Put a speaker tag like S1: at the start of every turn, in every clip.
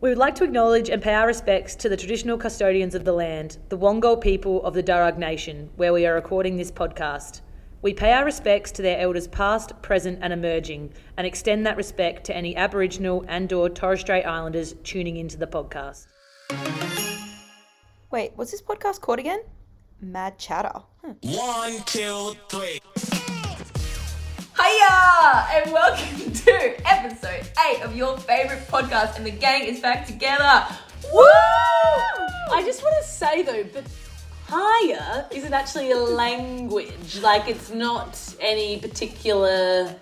S1: We would like to acknowledge and pay our respects to the traditional custodians of the land, the Wongal people of the Darug Nation, where we are recording this podcast. We pay our respects to their elders past, present and emerging, and extend that respect to any Aboriginal and or Torres Strait Islanders tuning into the podcast.
S2: Wait, what's this podcast called again? Mad Chatter. Hmm.
S3: One, two, three.
S4: Hiya! And welcome to episode 8 of your favorite podcast, and the gang is back together. Woo!
S5: I just want to say though, but higher isn't actually a language. Like it's not any particular.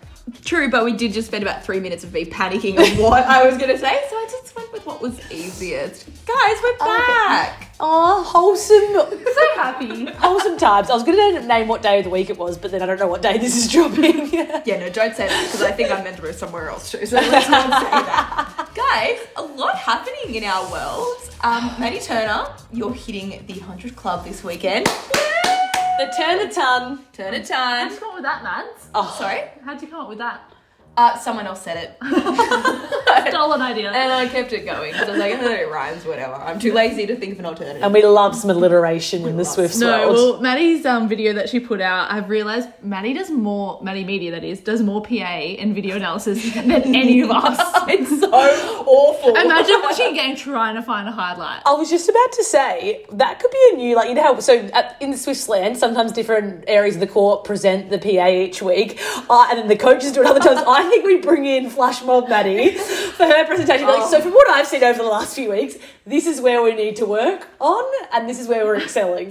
S4: True, but we did just spend about three minutes of me panicking on what I was gonna say, so I just went with what was easiest. Guys,
S2: Oh
S4: we're back!
S5: Oh, wholesome,
S4: So happy.
S5: wholesome times. I was going to name what day of the week it was, but then I don't know what day this is dropping.
S4: Yeah, no, don't say that because I think I meant to be somewhere else too. So let's not say that. Guys, a lot happening in our world. Um, Maddie Turner, you're hitting the 100 Club this weekend.
S5: the turn a ton.
S4: Turn a time.
S6: come up with that, Mads?
S5: Oh,
S4: Sorry?
S6: How'd you come up with that?
S4: Uh, someone else said it.
S6: Stolen idea.
S4: And I kept it going because I was like, oh, it rhymes, whatever. I'm too lazy to think of an alternative.
S5: And we love some alliteration in the Swifts
S6: No,
S5: world.
S6: well, Maddie's um, video that she put out, I've realised Maddie does more, Maddie Media that is, does more PA and video analysis than any of us.
S4: it's so awful.
S6: Imagine watching a game trying to find a highlight.
S5: I was just about to say that could be a new, like you know how so at, in the Swiss land sometimes different areas of the court present the PA each week, uh, and then the coaches do it other times. I think we bring in Flash Mob Maddie for her presentation.
S6: Oh.
S5: Like, so from what I've seen over the last few weeks, this is where we need to work on, and this is where we're excelling.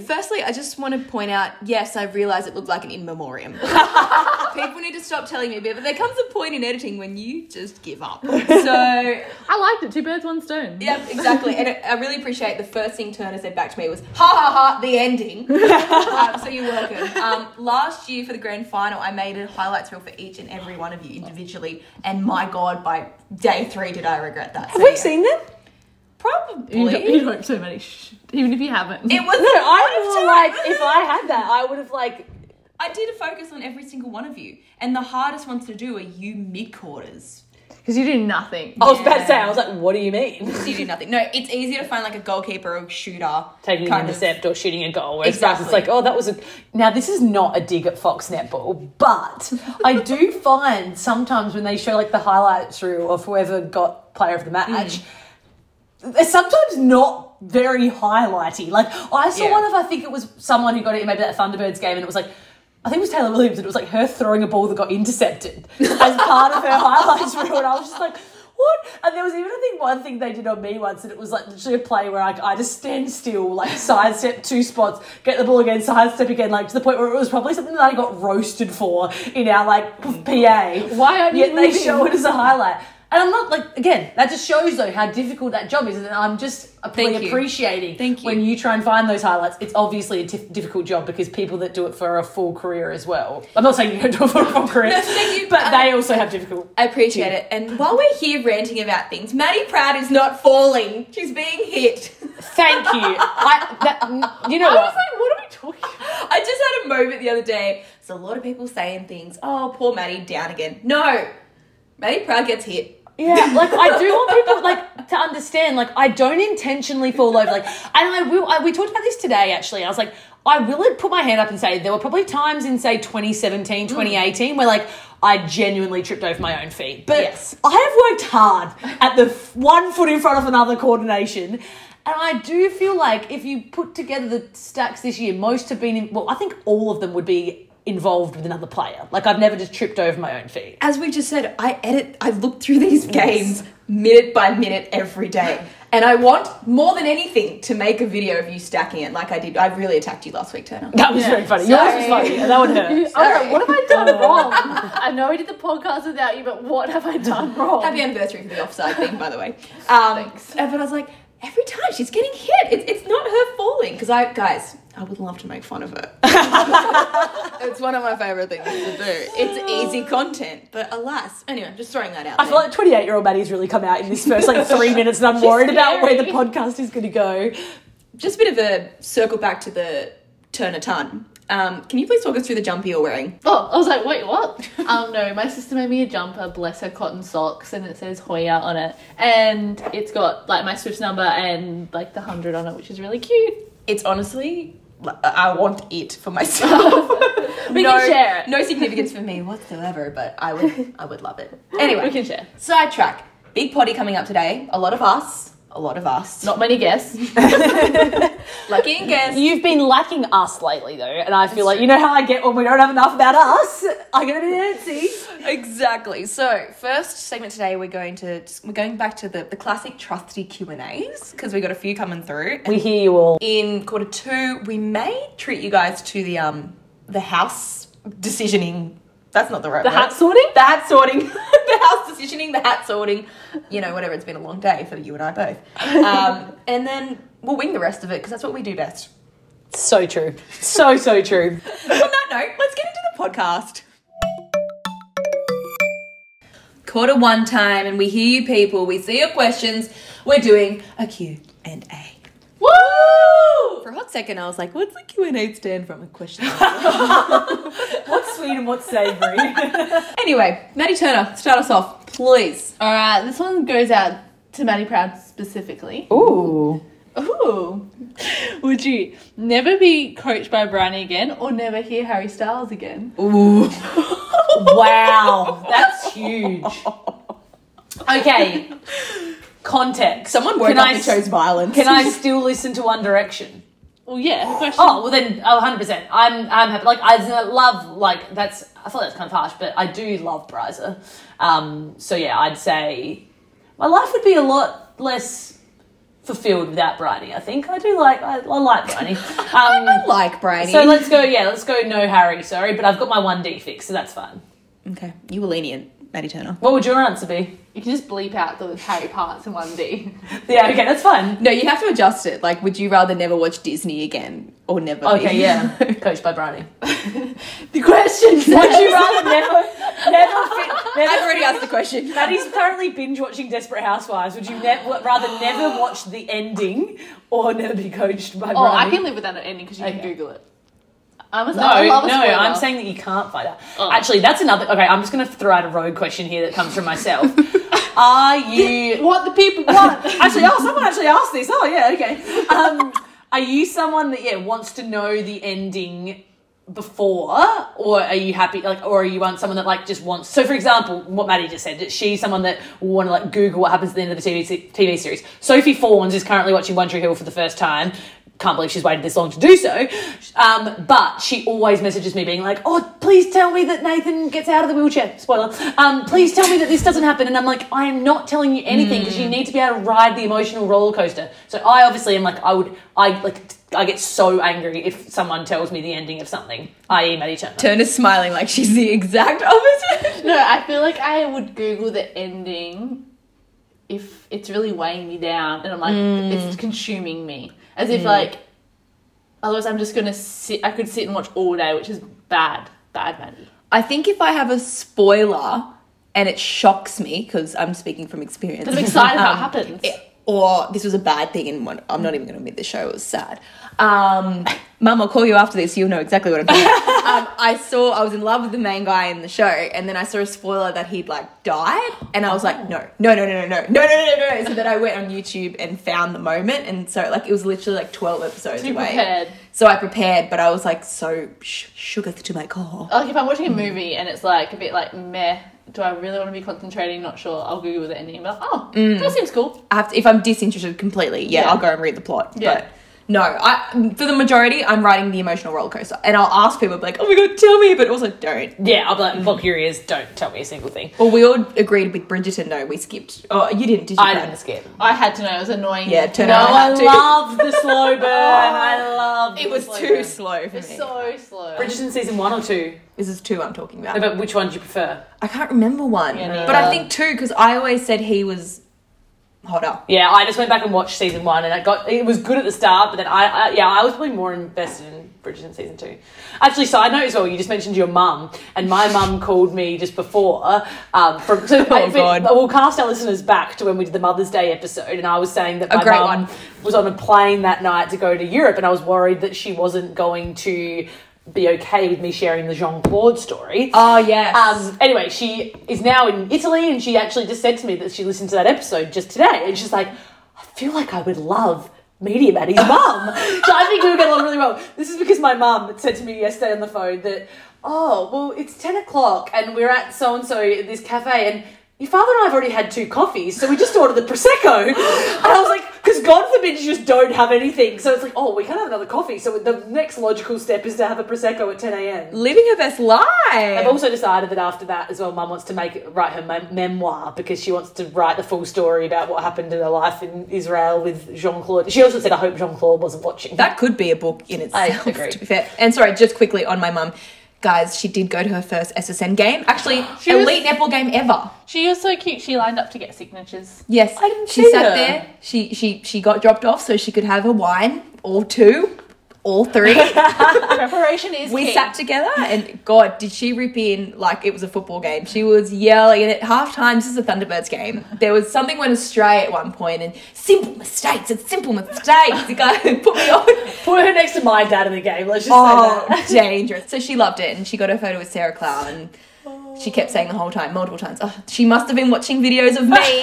S4: Firstly, I just want to point out, yes, I realised it looked like an in memoriam. People need to stop telling me, but there comes a point in editing when you just give up. So,
S6: I liked it. Two birds, one stone.
S4: yep, exactly. And I really appreciate the first thing Turner said back to me was, ha ha ha, the ending. Um, so you're welcome. Um, last year for the grand final, I made a highlights reel for each and every one of you individually. And my God, by day three, did I regret that.
S5: Have we seen them?
S6: You don't-
S4: Probably.
S6: you'd hope so, Maddie. Shh. Even if you haven't.
S4: It was
S5: No, I
S4: What
S5: would have like if I had that, I would have like
S4: I did focus on every single one of you, and the hardest ones to do are you mid quarters.
S6: Because you do nothing.
S5: I was about to say I was like, what do you mean?
S4: So you do nothing. No, it's easier to find like a goalkeeper or shooter
S5: taking an
S4: kind of-
S5: intercept or shooting a goal. Whereas for us, it's
S4: Exactly.
S5: like, oh, that was a. Now, this is not a dig at Fox Netball, but I do find sometimes when they show like the highlights reel of whoever got player of the match,
S4: Mm.
S5: they're sometimes not very highlighty. Like, I saw
S4: Yeah.
S5: one of, I think it was someone who got it in maybe that Thunderbirds game, and it was like, I think it was Taylor Williams, and it was like her throwing a ball that got intercepted as part of her highlights reel, and I was just like, what? And there was even I think one thing they did on me once, and it was like literally a play where I, I just stand still, like sidestep two spots, get the ball again, sidestep again, like to the point where it was probably something that I got roasted for in our like PA.
S6: Why aren't you
S5: Yet they
S6: moving?
S5: show it as a highlight. And I'm not like again. That just shows though how difficult that job is, and I'm just
S4: Thank
S5: really
S4: you.
S5: appreciating
S4: Thank you.
S5: when you try and find those highlights. It's obviously a tif- difficult job because people that do it for a full career as well. I'm not saying you don't do it for a full career,
S4: thank you,
S5: but
S4: but-
S5: they also have difficult.
S4: I appreciate it. And while we're here ranting about things, Maddie Proud is not falling. She's being hit.
S5: Thank you. I, that, mm, you know
S6: I was
S5: what?
S6: like, what are we talking about?
S4: I just had a moment the other day. So a lot of people saying things. Oh, poor Maddie, down again. No, Maddie Proud gets hit.
S5: Yeah, like I do want people like to understand. Like I don't intentionally fall over. Like, and I will. I, we talked about this today actually. I was like, I will put my hand up and say there were probably times in say 2017, 2018 where like I genuinely tripped over my own feet. But
S4: Yes.
S5: I have worked hard at the f- one foot in front of another coordination. And I do feel like if you put together the stacks this year, most have been, in, well, I think all of them would be involved with another player. Like, I've never just tripped over my own feet.
S4: as we just said, I edit, I look through these games minute by minute every day. And I want more than anything to make a video of you stacking it like I did. I really attacked you last week, Turner.
S5: That was very funny. Yours was
S4: Sorry.
S5: funny, and that one hurt.
S6: I was like, what have I done wrong? I know we did the podcast without you, but what have I done wrong?
S4: Happy anniversary for the offside thing, by the way. Um,
S6: Thanks.
S4: uh, But I was like, every time she's getting hit, it's, it's not her falling. Because I, guys, I would love to make fun of her. it's one of my favorite things to do. It's easy content, but alas. Anyway, I'm just throwing that out.
S5: I feel
S4: there.
S5: like 28 year old Maddie's really come out in this first like three minutes, and I'm worried about where the
S6: scary.
S5: podcast is going to go.
S4: just a bit of a circle back to the turn a ton. Um, can you please talk us through the jumper you're wearing?
S6: Oh, I was like, wait, what? um, no, my sister made me a jumper, bless her cotton socks, and it says Hoya on it, and it's got like my Swift's number and like the hundred on it, which is really cute.
S4: It's honestly, I want it for myself.
S6: We
S4: no,
S6: can share it.
S4: No significance for me whatsoever, but I would, I would love it. Anyway,
S6: we can share.
S4: sidetrack. Big potty coming up today. A lot of us. A lot of us.
S6: Not many guests.
S4: lucky and guess.
S5: You've been lacking us lately, though, and I feel like you know how I get when we don't have enough about us. I'm gonna be Nancy.
S4: exactly. So first segment today, we're going to we're going back to the, the classic trusty Q and A's because we got a few coming through.
S5: We hear you all.
S4: in quarter two, we may treat you guys to the um the house decisioning. That's not the right. The
S6: hat sorting?
S4: The hat sorting. the house decisioning. The hat sorting. You know, whatever. It's been a long day for you and I both. Um, and then we'll wing the rest of it because that's what we do best.
S5: So true. So so true.
S4: On that note, let's get into the podcast. Quarter one time, and we hear you people. We see your questions. We're doing a Q and A. Woo! For a hot second, I was like, "What's the Q and A stand from a question?"
S5: What's sweet and what's savoury?
S4: Anyway, Maddie Turner, start us off, please.
S6: All right, this one goes out to Maddie Proud specifically.
S5: Ooh.
S6: Ooh, would you never be coached by Brian again, or never hear Harry Styles again?
S4: Oh,
S5: Wow. That's huge. Okay. Context.
S4: Someone woke
S5: Can
S4: up
S5: I
S4: and
S5: s-
S4: chose violence.
S5: Can I still listen to One Direction?
S6: Well, yeah, the question.
S5: Oh well, then oh, 100%. I'm I'm happy. Like I z- love like that's I thought that's kind of harsh, but I do love Bryza. Um, so yeah, I'd say my life would be a lot less fulfilled without Bridie. I think I do like I, I like Bridie. Um,
S4: like Brady?
S5: so let's go. Yeah, let's go. No Harry, sorry, but I've got my one D fix, so that's fine.
S4: okay, you were lenient, Maddie
S6: Oh.
S4: Turner.
S5: What would your answer be?
S6: You can just bleep out the Harry parts in one D.
S5: Yeah, okay, that's fine.
S4: No, you have to adjust it. Like, would you rather never watch Disney again or never?
S5: Okay, yeah, coached by Bridie.
S6: The question
S5: Would
S6: says,
S5: you rather never, never, fi- never
S4: I've already asked the question.
S5: Maddie's currently binge watching Desperate Housewives. Would you ne- rather never watch the ending or never be coached by
S6: "Oh, I
S5: Bridie?
S6: can live without an ending because you
S5: Okay.
S6: can Google it." I'm a,
S5: No,
S6: I love a
S5: no,
S6: spoiler. Oh.
S5: I'm saying that you can't fight her. Actually, that's another. Okay, I'm just going to throw out a rogue question here that comes from myself. Are you.
S6: what the people want.
S5: actually, oh, someone actually asked this. Oh, yeah, okay. Um, are you someone that, yeah, wants to know the ending? before or are you happy like or are you on someone that like just wants so for example what maddie just said that she's someone that will want to like google what happens at the end of the tv, se- TV series sophie fawns is currently watching one tree hill for the first time can't believe she's waited this long to do so um, but she always messages me being like oh please tell me that nathan gets out of the wheelchair spoiler um, please tell me that this doesn't happen and i'm like i am not telling you anything because
S4: Hmm.
S5: you need to be able to ride the emotional roller coaster so i obviously am like i would i like I get so angry if someone tells me the ending of something, i.e., Maddie Turner.
S4: Turner's smiling like she's the exact opposite.
S6: No, I feel like I would Google the ending if it's really weighing me down and I'm like,
S5: Mm.
S6: it's consuming me. As if, like, otherwise I'm just gonna sit, I could sit and watch all day, which is bad, bad, Maddie.
S4: I think if I have a spoiler and it shocks me because I'm speaking from experience, Um,
S6: But I'm excited how it happens.
S4: or this was a bad thing and what, I'm not even going to admit the show it was sad. Um, Mum, I'll call you after this. You'll know exactly what I'm talking about. um, I saw I was in love with the main guy in the show, and then I saw a spoiler that he'd like died, and I was like, no, no, no, no, no, no, no, no, no, no, no. So then I went on YouTube and found the moment, and so like it was literally like 12 episodes
S6: Too
S4: away.
S6: prepared.
S4: So I prepared, but I was like so sh- sugar to my core.
S6: Like, if I'm watching a movie and it's like a bit like meh, do I really want to be concentrating? Not sure. I'll Google the ending and be like, oh, that seems cool.
S4: Mm. I have to, if I'm disinterested completely, yeah,
S6: Yeah.
S4: I'll go and read the plot.
S6: Yeah.
S4: But no, I for the majority, I'm riding the emotional roller coaster, and I'll ask people like, "Oh my god, tell me," but also don't.
S5: Yeah, I'll be like, block your ears, don't tell me a single thing.
S4: Well, we all agreed with Bridgerton. No, we skipped. Oh, you didn't, did you?
S5: I
S4: Brad?
S5: didn't skip.
S6: I had to know, it was annoying.
S4: Yeah, turn
S5: No,
S4: out I
S5: I
S4: had to.
S5: love the slow burn. I love
S4: It was
S5: slow
S4: too
S5: burn.
S4: slow for me.
S6: It's so slow.
S5: Bridgerton season one or two.
S4: this is two I'm talking about.
S5: No, but which one do you prefer?
S4: I can't remember one,
S5: neither.
S4: but I think two because I always said he was hotter.
S5: Yeah, I just went back and watched season one, and I got it was good at the start, but then I, I yeah, I was probably more invested in Bridgerton season two. Actually, side note as well, you just mentioned your mum, and my mum called me just before. Um, from so I- but-
S4: Oh, God.
S5: we'll cast our listeners back to when we did the Mother's Day episode, and I was saying that my
S4: great
S5: mum
S4: one.
S5: was on a plane that night to go to Europe, and I was worried that she wasn't going to be okay with me sharing the Jean Claude story.
S4: Oh yes.
S5: Um, anyway, she is now in Italy, and she actually just said to me that she listened to that episode just today, and she's like, "I feel like I would love." Medium Maddie's mum. So I think we would get along really well. This is because my mum said to me yesterday on the phone that, oh, well, it's 10 o'clock and we're at so and so at this cafe and your father and I have already had two coffees, so we just ordered the Prosecco. And I was like, because God forbid you just don't have anything. So it's like, oh, we can't have another coffee. So the next logical step is to have a Prosecco at 10 a.m.
S4: Living her best life.
S5: I've also decided that after that as well, Mum wants to make write her mem- memoir because she wants to write the full story about what happened in her life in Israel with Jean Claude. She also said, "I hope Jean Claude wasn't watching."
S4: That could be a book in itself,
S5: agree.
S4: to be fair. And sorry, just quickly on my mum. Guys, she did go to her first SSN game. Actually,
S6: She was-
S4: elite netball game ever.
S6: She was so cute. She lined up to get signatures.
S4: Yes.
S5: I didn't
S4: she
S5: see
S4: sat
S5: her.
S4: there. She she she got dropped off so she could have a wine or two or three.
S6: Preparation is
S4: we
S6: key.
S4: sat together and God, did she rip in like it was a football game. She was yelling and at half time this is a Thunderbirds game. There was something went astray at one point and simple mistakes, it's simple mistakes. The guy who put me on
S5: Put her next to my dad in the game. Let's just say that.
S4: Oh, dangerous. So she loved it and she got her photo with Sarah Clown and she kept saying the whole time, multiple times, oh, she must have been watching videos of me.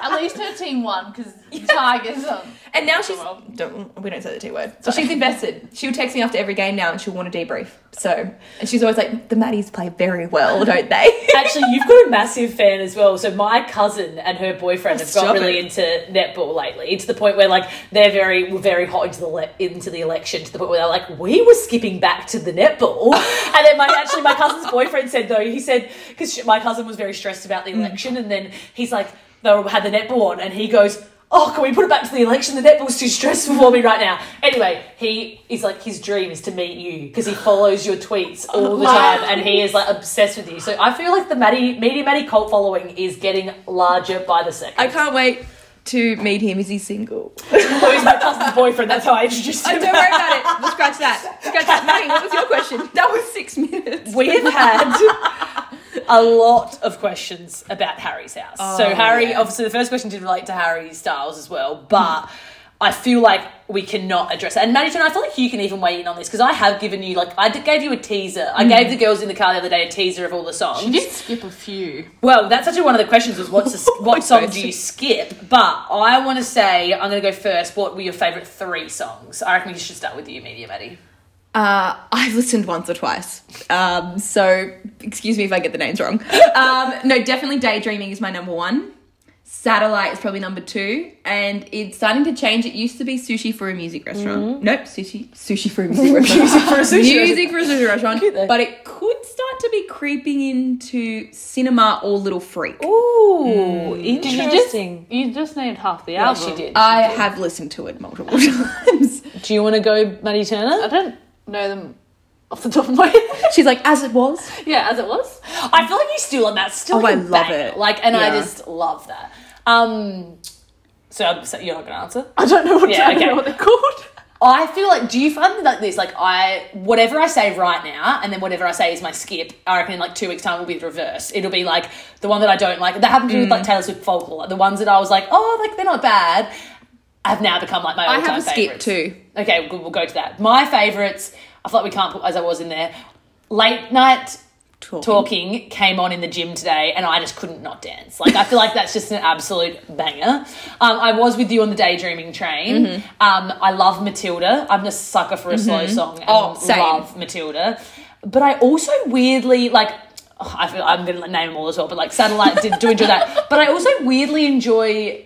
S6: At least her team won because Tigers. Um,
S4: and now she's,
S6: Well.
S4: don't, we don't say the T word. So she's invested. She'll text me after every game now and she'll want to debrief. So, and she's always like, the Maddies play very well, don't they?
S5: Actually, you've got a massive fan as well. So my cousin and her boyfriend have got
S4: Stop
S5: really
S4: it.
S5: into netball lately. It's the point where like they're very were very hot into the le- into the election to the point where they're like we were skipping back to the netball. and then my actually my cousin's boyfriend said though he said because my cousin was very stressed about
S4: Mm.
S5: the election and then he's like they were, had the netball on and he goes. Oh, can we put it back to the election? The netball's too stressful for me right now. Anyway, he is like his dream is to meet you because he follows your tweets all the time and he is like obsessed with you. So I feel like the Maddie Media Maddie cult following is getting larger by the second.
S4: I can't wait to meet him. Is he single?
S5: Well, Oh, he's my cousin's boyfriend. That's how I introduced
S4: Oh,
S5: him.
S4: don't worry about it. We'll scratch that. Scratch that. Maddie, what was your question? That was six minutes.
S5: We have had a lot of questions about Harry's house.
S4: Oh,
S5: so Harry, obviously, the first question did relate to Harry Styles as well, but. I feel like we cannot address it. And Maddie, and I feel like you can even weigh in on this because I have given you, like, I did- gave you a teaser.
S4: Mm.
S5: I gave the girls in the car the other day a teaser of all the songs.
S6: she did skip a few.
S5: Well, that's actually one of the questions was what's a, what song do you skip? But I want to say I'm going to go first. What were your favourite three songs? I reckon we should start with you, Media Maddie.
S4: Uh, I've listened once or twice. Um, so excuse me if I get the names wrong. Um, no, definitely Daydreaming is my number one. Satellite is probably number two, and it's starting to change. It used to be sushi for a music restaurant. Nope, sushi, sushi for a music restaurant. music for a sushi, music for a sushi restaurant. But it could start to be creeping into cinema or Little Freak.
S5: Ooh,
S6: Hmm. Did you just? You just named half the
S5: Yeah,
S6: album.
S5: she did.
S4: I have listened to it multiple times.
S5: do you want to go, Maddie
S6: I
S5: Turner?
S6: don't know them off the top of my head.
S4: She's like, as it was.
S6: yeah, as it was.
S5: I feel like you still on that. Still,
S4: Oh, I
S5: a
S4: love it.
S5: Like, and I
S4: Yeah.
S5: just love that. Um, so, so you're not going to answer.
S6: I don't know what,
S5: Yeah,
S6: I don't
S5: okay.
S6: know what they're called.
S5: I feel like do you find like this like I whatever I say right now and then whatever I say is my skip I reckon in like two weeks time will be the reverse it'll be like the one that I don't like that happened to me with like Taylor Swift folklore the ones that I was like oh like they're not bad have now become like my
S4: I
S5: all-time
S4: have a skip
S5: favorites.
S4: too.
S5: okay we'll, we'll go to that my favorites I feel like we can't put as I was in there late night
S4: Talking.
S5: talking came on in the gym today and I just couldn't not dance. Like I feel like that's just an absolute banger. Um, I was with you on the daydreaming train.
S4: Mm-hmm.
S5: Um, I love Matilda. I'm a sucker for a slow song and
S4: Oh, same.
S5: love Matilda. But I also weirdly like oh, I feel I'm gonna name them all as well, but like Satellite did do enjoy that. But I also weirdly enjoy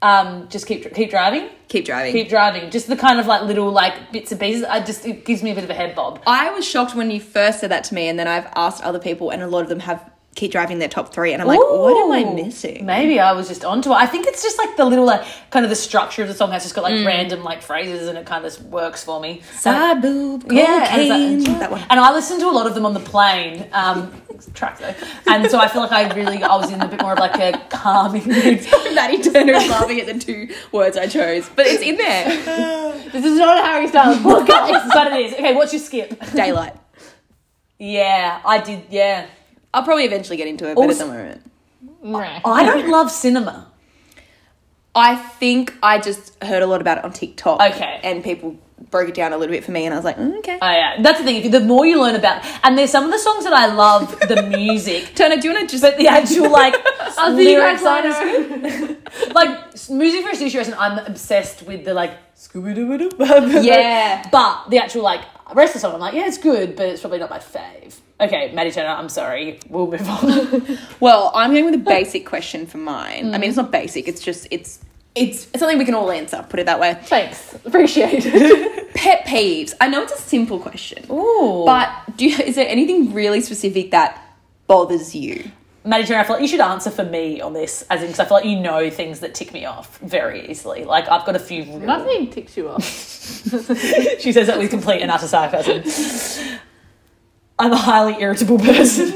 S5: um, just keep keep driving.
S4: Keep driving.
S5: Keep driving. Just the kind of like little like bits and pieces. I just it gives me a bit of a head bob.
S4: I was shocked when you first said that to me, and then I've asked other people, and a lot of them have keep driving their top three, and I'm like, what am I
S5: Ooh.
S4: missing?
S5: Maybe I was just onto it. I think it's just like the little, like, kind of the structure of the song has just got like
S4: Mm.
S5: random like phrases and it kind of works for me.
S4: Side boob,
S5: yeah,
S4: cocaine.
S5: and it's like-
S4: that one.
S5: And I listened to a lot of them on the plane. Um, track though, and so I feel like I really I was in a bit more of like a calming mood.
S4: Maddie Turner is laughing at the two words I chose, but it's in there.
S6: This is not a Harry Styles book.
S5: but it is okay. What's your skip?
S4: Daylight.
S5: Yeah, I did. Yeah,
S4: I'll probably eventually get into it, but at
S5: Also-
S4: the moment,
S6: no.
S5: I don't love cinema.
S4: I think I just heard a lot about it on TikTok.
S5: Okay.
S4: And people broke it down a little bit for me, and I was like, mm, okay.
S5: Oh, yeah. That's the thing. If you- The more you learn about, and there's some of the songs that I love, the music,
S4: Turner, do you want to just?
S5: but the actual like
S6: I'll see you
S5: lyrics
S6: guys
S5: on like s- music for a sushi restaurant. I'm obsessed with the like Scooby Doo Doo.
S4: Yeah.
S5: but the actual like rest of the song, I'm like, yeah, it's good, but it's probably not my fave. Okay, Maddie Turner, I'm sorry. We'll move on.
S4: well, I'm going with a basic question for mine. I mean,
S5: Mm.
S4: it's not basic. It's just it's it's it's something we can all answer. Put it that way.
S6: Thanks, appreciate it.
S4: Pet peeves. I know it's a simple question,
S5: Ooh, but
S4: but do you, is there anything really specific that bothers you?
S5: Maddie Turner, I feel like you should answer for me on this, as in because I feel like you know things that tick me off very easily. Like I've got a few. real-
S6: Nothing ticks you off.
S5: She says that with complete and utter sarcasm. I'm a highly irritable person.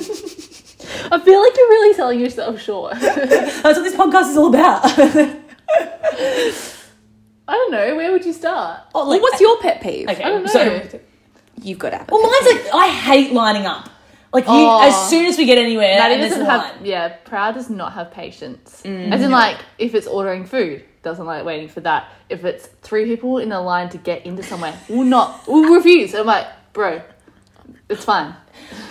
S6: I feel like you're really selling yourself short.
S5: That's what this podcast is all about.
S6: I don't know. Where would you start?
S5: Oh,
S4: Well,
S5: like-
S4: what's your pet peeve?
S5: Okay,
S6: I don't know.
S5: so
S4: You've got apathy.
S5: well, mine's like I hate lining up. Like you,
S6: Oh.
S5: as soon as we get anywhere,
S6: Maddie
S5: and there's
S6: doesn't
S5: a
S6: have.
S5: line.
S6: Yeah, Proud does not have patience. As in, like, if it's ordering food, doesn't like waiting for that. If it's three people in a line to get into somewhere, will not, will refuse. I'm like, bro, it's fine.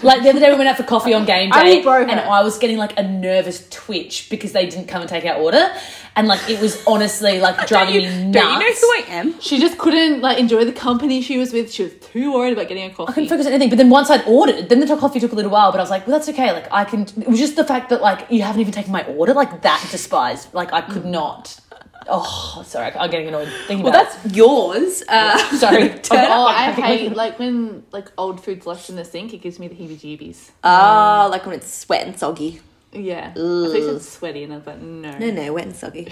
S5: Like the other day, we went out for coffee on game
S6: I
S5: day,
S6: will bro her.
S5: and I was getting like a nervous twitch because they didn't come and take our order, and like it was honestly like driving me nuts.
S4: Don't you know who I am?
S6: She just couldn't like enjoy the company she was with. She was too worried about getting a coffee.
S5: I couldn't focus on anything. But then once I'd ordered, then the coffee took a little while. But I was like, well, that's okay. Like I can. It was just the fact that like you haven't even taken my order. Like that despised. Like I could not. Oh, sorry, I'm getting annoyed. Thinking
S4: Mm. Well,
S5: about it.
S4: that's yours. Uh,
S5: sorry.
S6: Oh, I
S5: Okay.
S6: hate like when like old food's left in the sink. It gives me the heebie-jeebies.
S4: Ah, like when it's wet and soggy.
S6: Yeah, I think it's sweaty, and I was like, no.
S4: No, no, wet and soggy.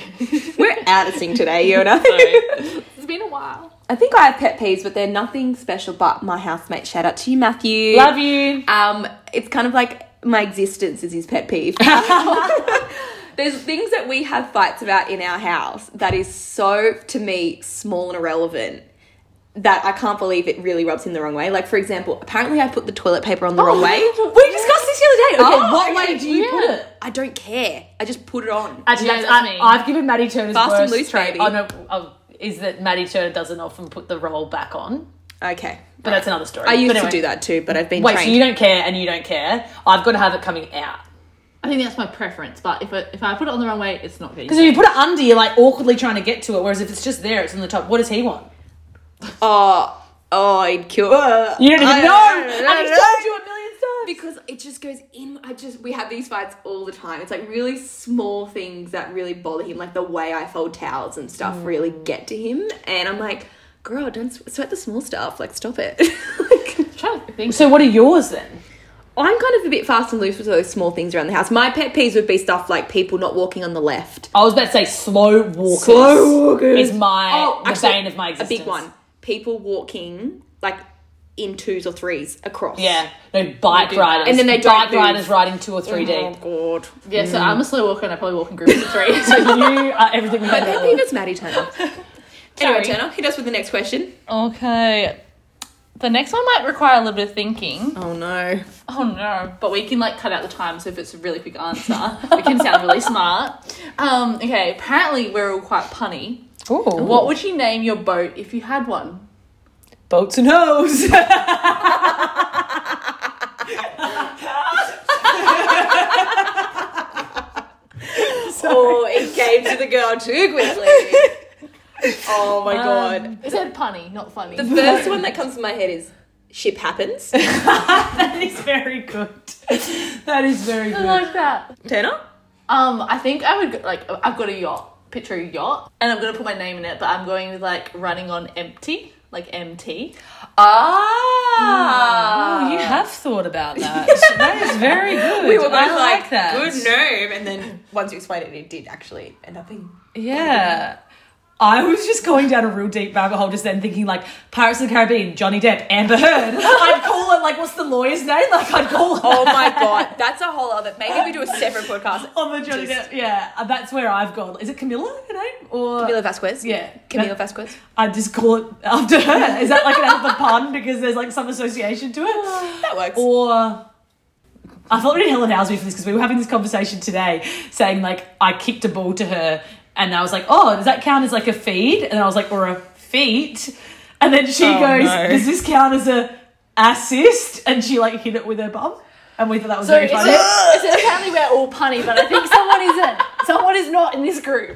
S4: We're out of sync today, you and I.
S6: It's been a while.
S4: I think I have pet peeves, but they're nothing special. But my housemate, shout out to you, Matthew.
S5: Love you.
S4: Um, it's kind of like my existence is his pet peeve. There's things that we have fights about in our house that is so to me small and irrelevant that I can't believe it really rubs him the wrong way. Like for example, apparently I put the toilet paper on the wrong way.
S5: We discussed this the other day. Okay,
S4: Oh,
S5: what
S4: okay,
S5: way do you
S6: yeah.
S5: put it?
S4: I don't care. I just put it on.
S5: Actually,
S6: Yeah,
S5: that's,
S6: that's
S5: I,
S6: me.
S5: I've given Maddie Turner's
S4: Fast and
S5: worst
S4: loose,
S5: trait-
S4: baby.
S5: Oh, no, oh, is that Maddie Turner doesn't often put the roll back on,
S4: Okay.
S5: but that's another story.
S4: I used
S5: But anyway.
S4: to do that too, but I've been
S5: Wait,
S4: trained.
S5: so you don't care and you don't care? I've got to have it coming out.
S6: I think that's my preference, but if I, if I put it on the wrong way, it's not good.
S5: Because if you put it under, you're like awkwardly trying to get to it. Whereas if it's just there, it's on the top. What does he want?
S4: Oh, oh, I'd kill. Uh,
S5: You don't even
S4: I-
S5: know.
S4: I-
S5: And
S4: I-
S5: he's
S4: I-
S5: told you a million times.
S4: Because it just goes in. I just we have these fights all the time. It's like really small things that really bother him, like the way I fold towels and stuff, really
S5: Mm.
S4: get to him. And I'm like, girl, don't s- sweat the small stuff. Like, stop it. like,
S6: I'm trying to think.
S5: So what are yours then?
S4: I'm kind of a bit fast and loose with those small things around the house. My pet peeves would be stuff like people not walking on the left.
S5: I was about to say slow walkers.
S4: Slow walkers. Oh,
S5: is my the
S4: actually,
S5: bane of my
S4: A
S5: existence.
S4: big one. People walking like in twos or threes across.
S5: Yeah, no bike
S6: do that.
S5: riders,
S4: And then they don't
S5: bike
S4: move.
S5: riders riding two or three
S4: Oh
S5: deep.
S4: god.
S6: yeah, so I'm a slow walker, and I probably walk in groups of three.
S5: So you are everything we
S4: I
S5: had.
S4: pet peeve is Maddie Turner. anyway,
S6: Sorry.
S4: Turner, hit us with the next question.
S6: okay. The next one might require a little bit of thinking.
S4: Oh no.
S6: Oh no! But we can like cut out the time, so if it's a really quick answer, we can sound really smart. Um, okay. Apparently, we're all quite punny. What would you name your boat if you had one?
S5: Boats and hoes.
S4: Oh, it came to the girl too quickly. Oh my
S5: Um,
S4: god.
S6: Um, It said punny, not funny.
S4: The first one that comes to my head is ship happens.
S5: that is very good. That is very
S6: I
S5: good.
S6: like that.
S4: Turner?
S6: Um, I think I would go- like. I've got a yacht. Picture a yacht, and I'm gonna put my name in it, but I'm going with like running on empty, like MT.
S4: Ah.
S5: you have thought about that. that is very good.
S4: We were both
S5: I
S4: like,
S5: like, that.
S4: good name. And then once you explained it, it did actually end up being.
S5: Yeah. I was just going down a real deep rabbit hole just then thinking like Pirates of the Caribbean, Johnny Depp, Amber Heard. I'd call her like what's the lawyer's name? Like I'd call her
S4: Oh my god. That's a whole other. Maybe we do a separate podcast.
S5: on the Johnny
S4: Just-
S5: Depp. Yeah. and That's where I've gone. Is it Camilla her name? Or
S4: Camila Vasquez?
S5: Yeah.
S4: Camila Vasquez?
S5: I just call it after her. Is that like an alpha pun because there's like some association to it?
S4: That works.
S5: Or I felt really Helen Housby for this because we were having this conversation today saying like I kicked a ball to her And I was like, oh, does that count as like a feed? And I was like, or a feat? And then she
S2: Oh,
S5: goes,
S2: no.
S5: does this count as a assist? And she like hit it with her bum. And we thought that was
S6: So
S5: very
S6: it's,
S5: funny.
S6: it's, apparently we're all punny, but I think someone isn't. Someone is not in this group.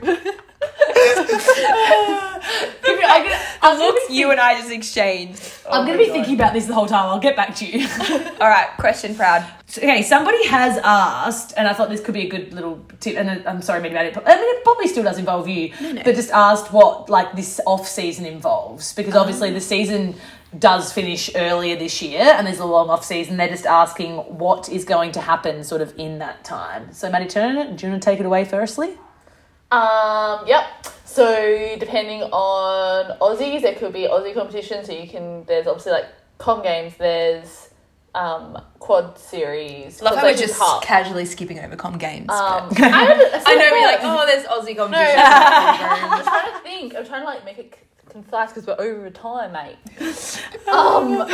S4: I look, you and I just exchanged.
S5: I'm going to be thinking about this the whole time. I'll get back to you.
S4: Oh All right, question proud.
S5: So, okay, somebody has asked, and I thought this could be a good little tip. And I- I'm sorry, maybe about it. I mean, it probably still does involve you, but just asked what like this off season involves because obviously the season does finish earlier this year, and there's a long off season. They're just asking what is going to happen sort of in that time. So, Maddie Turner, do you want to take it away firstly?
S6: Um, yep. So depending on Aussies, there could be Aussie competition. So you can there's obviously like com games. There's um, quad series.
S4: Love
S6: quad
S4: how we're
S6: sections
S4: just
S6: half.
S4: casually skipping over com games. but-
S6: Um, I, don't-
S4: I know we're like, oh, there's Aussie
S6: No,
S4: competition.
S6: I'm trying to think. I'm trying to like make it c- concise because we're over time, mate. Um.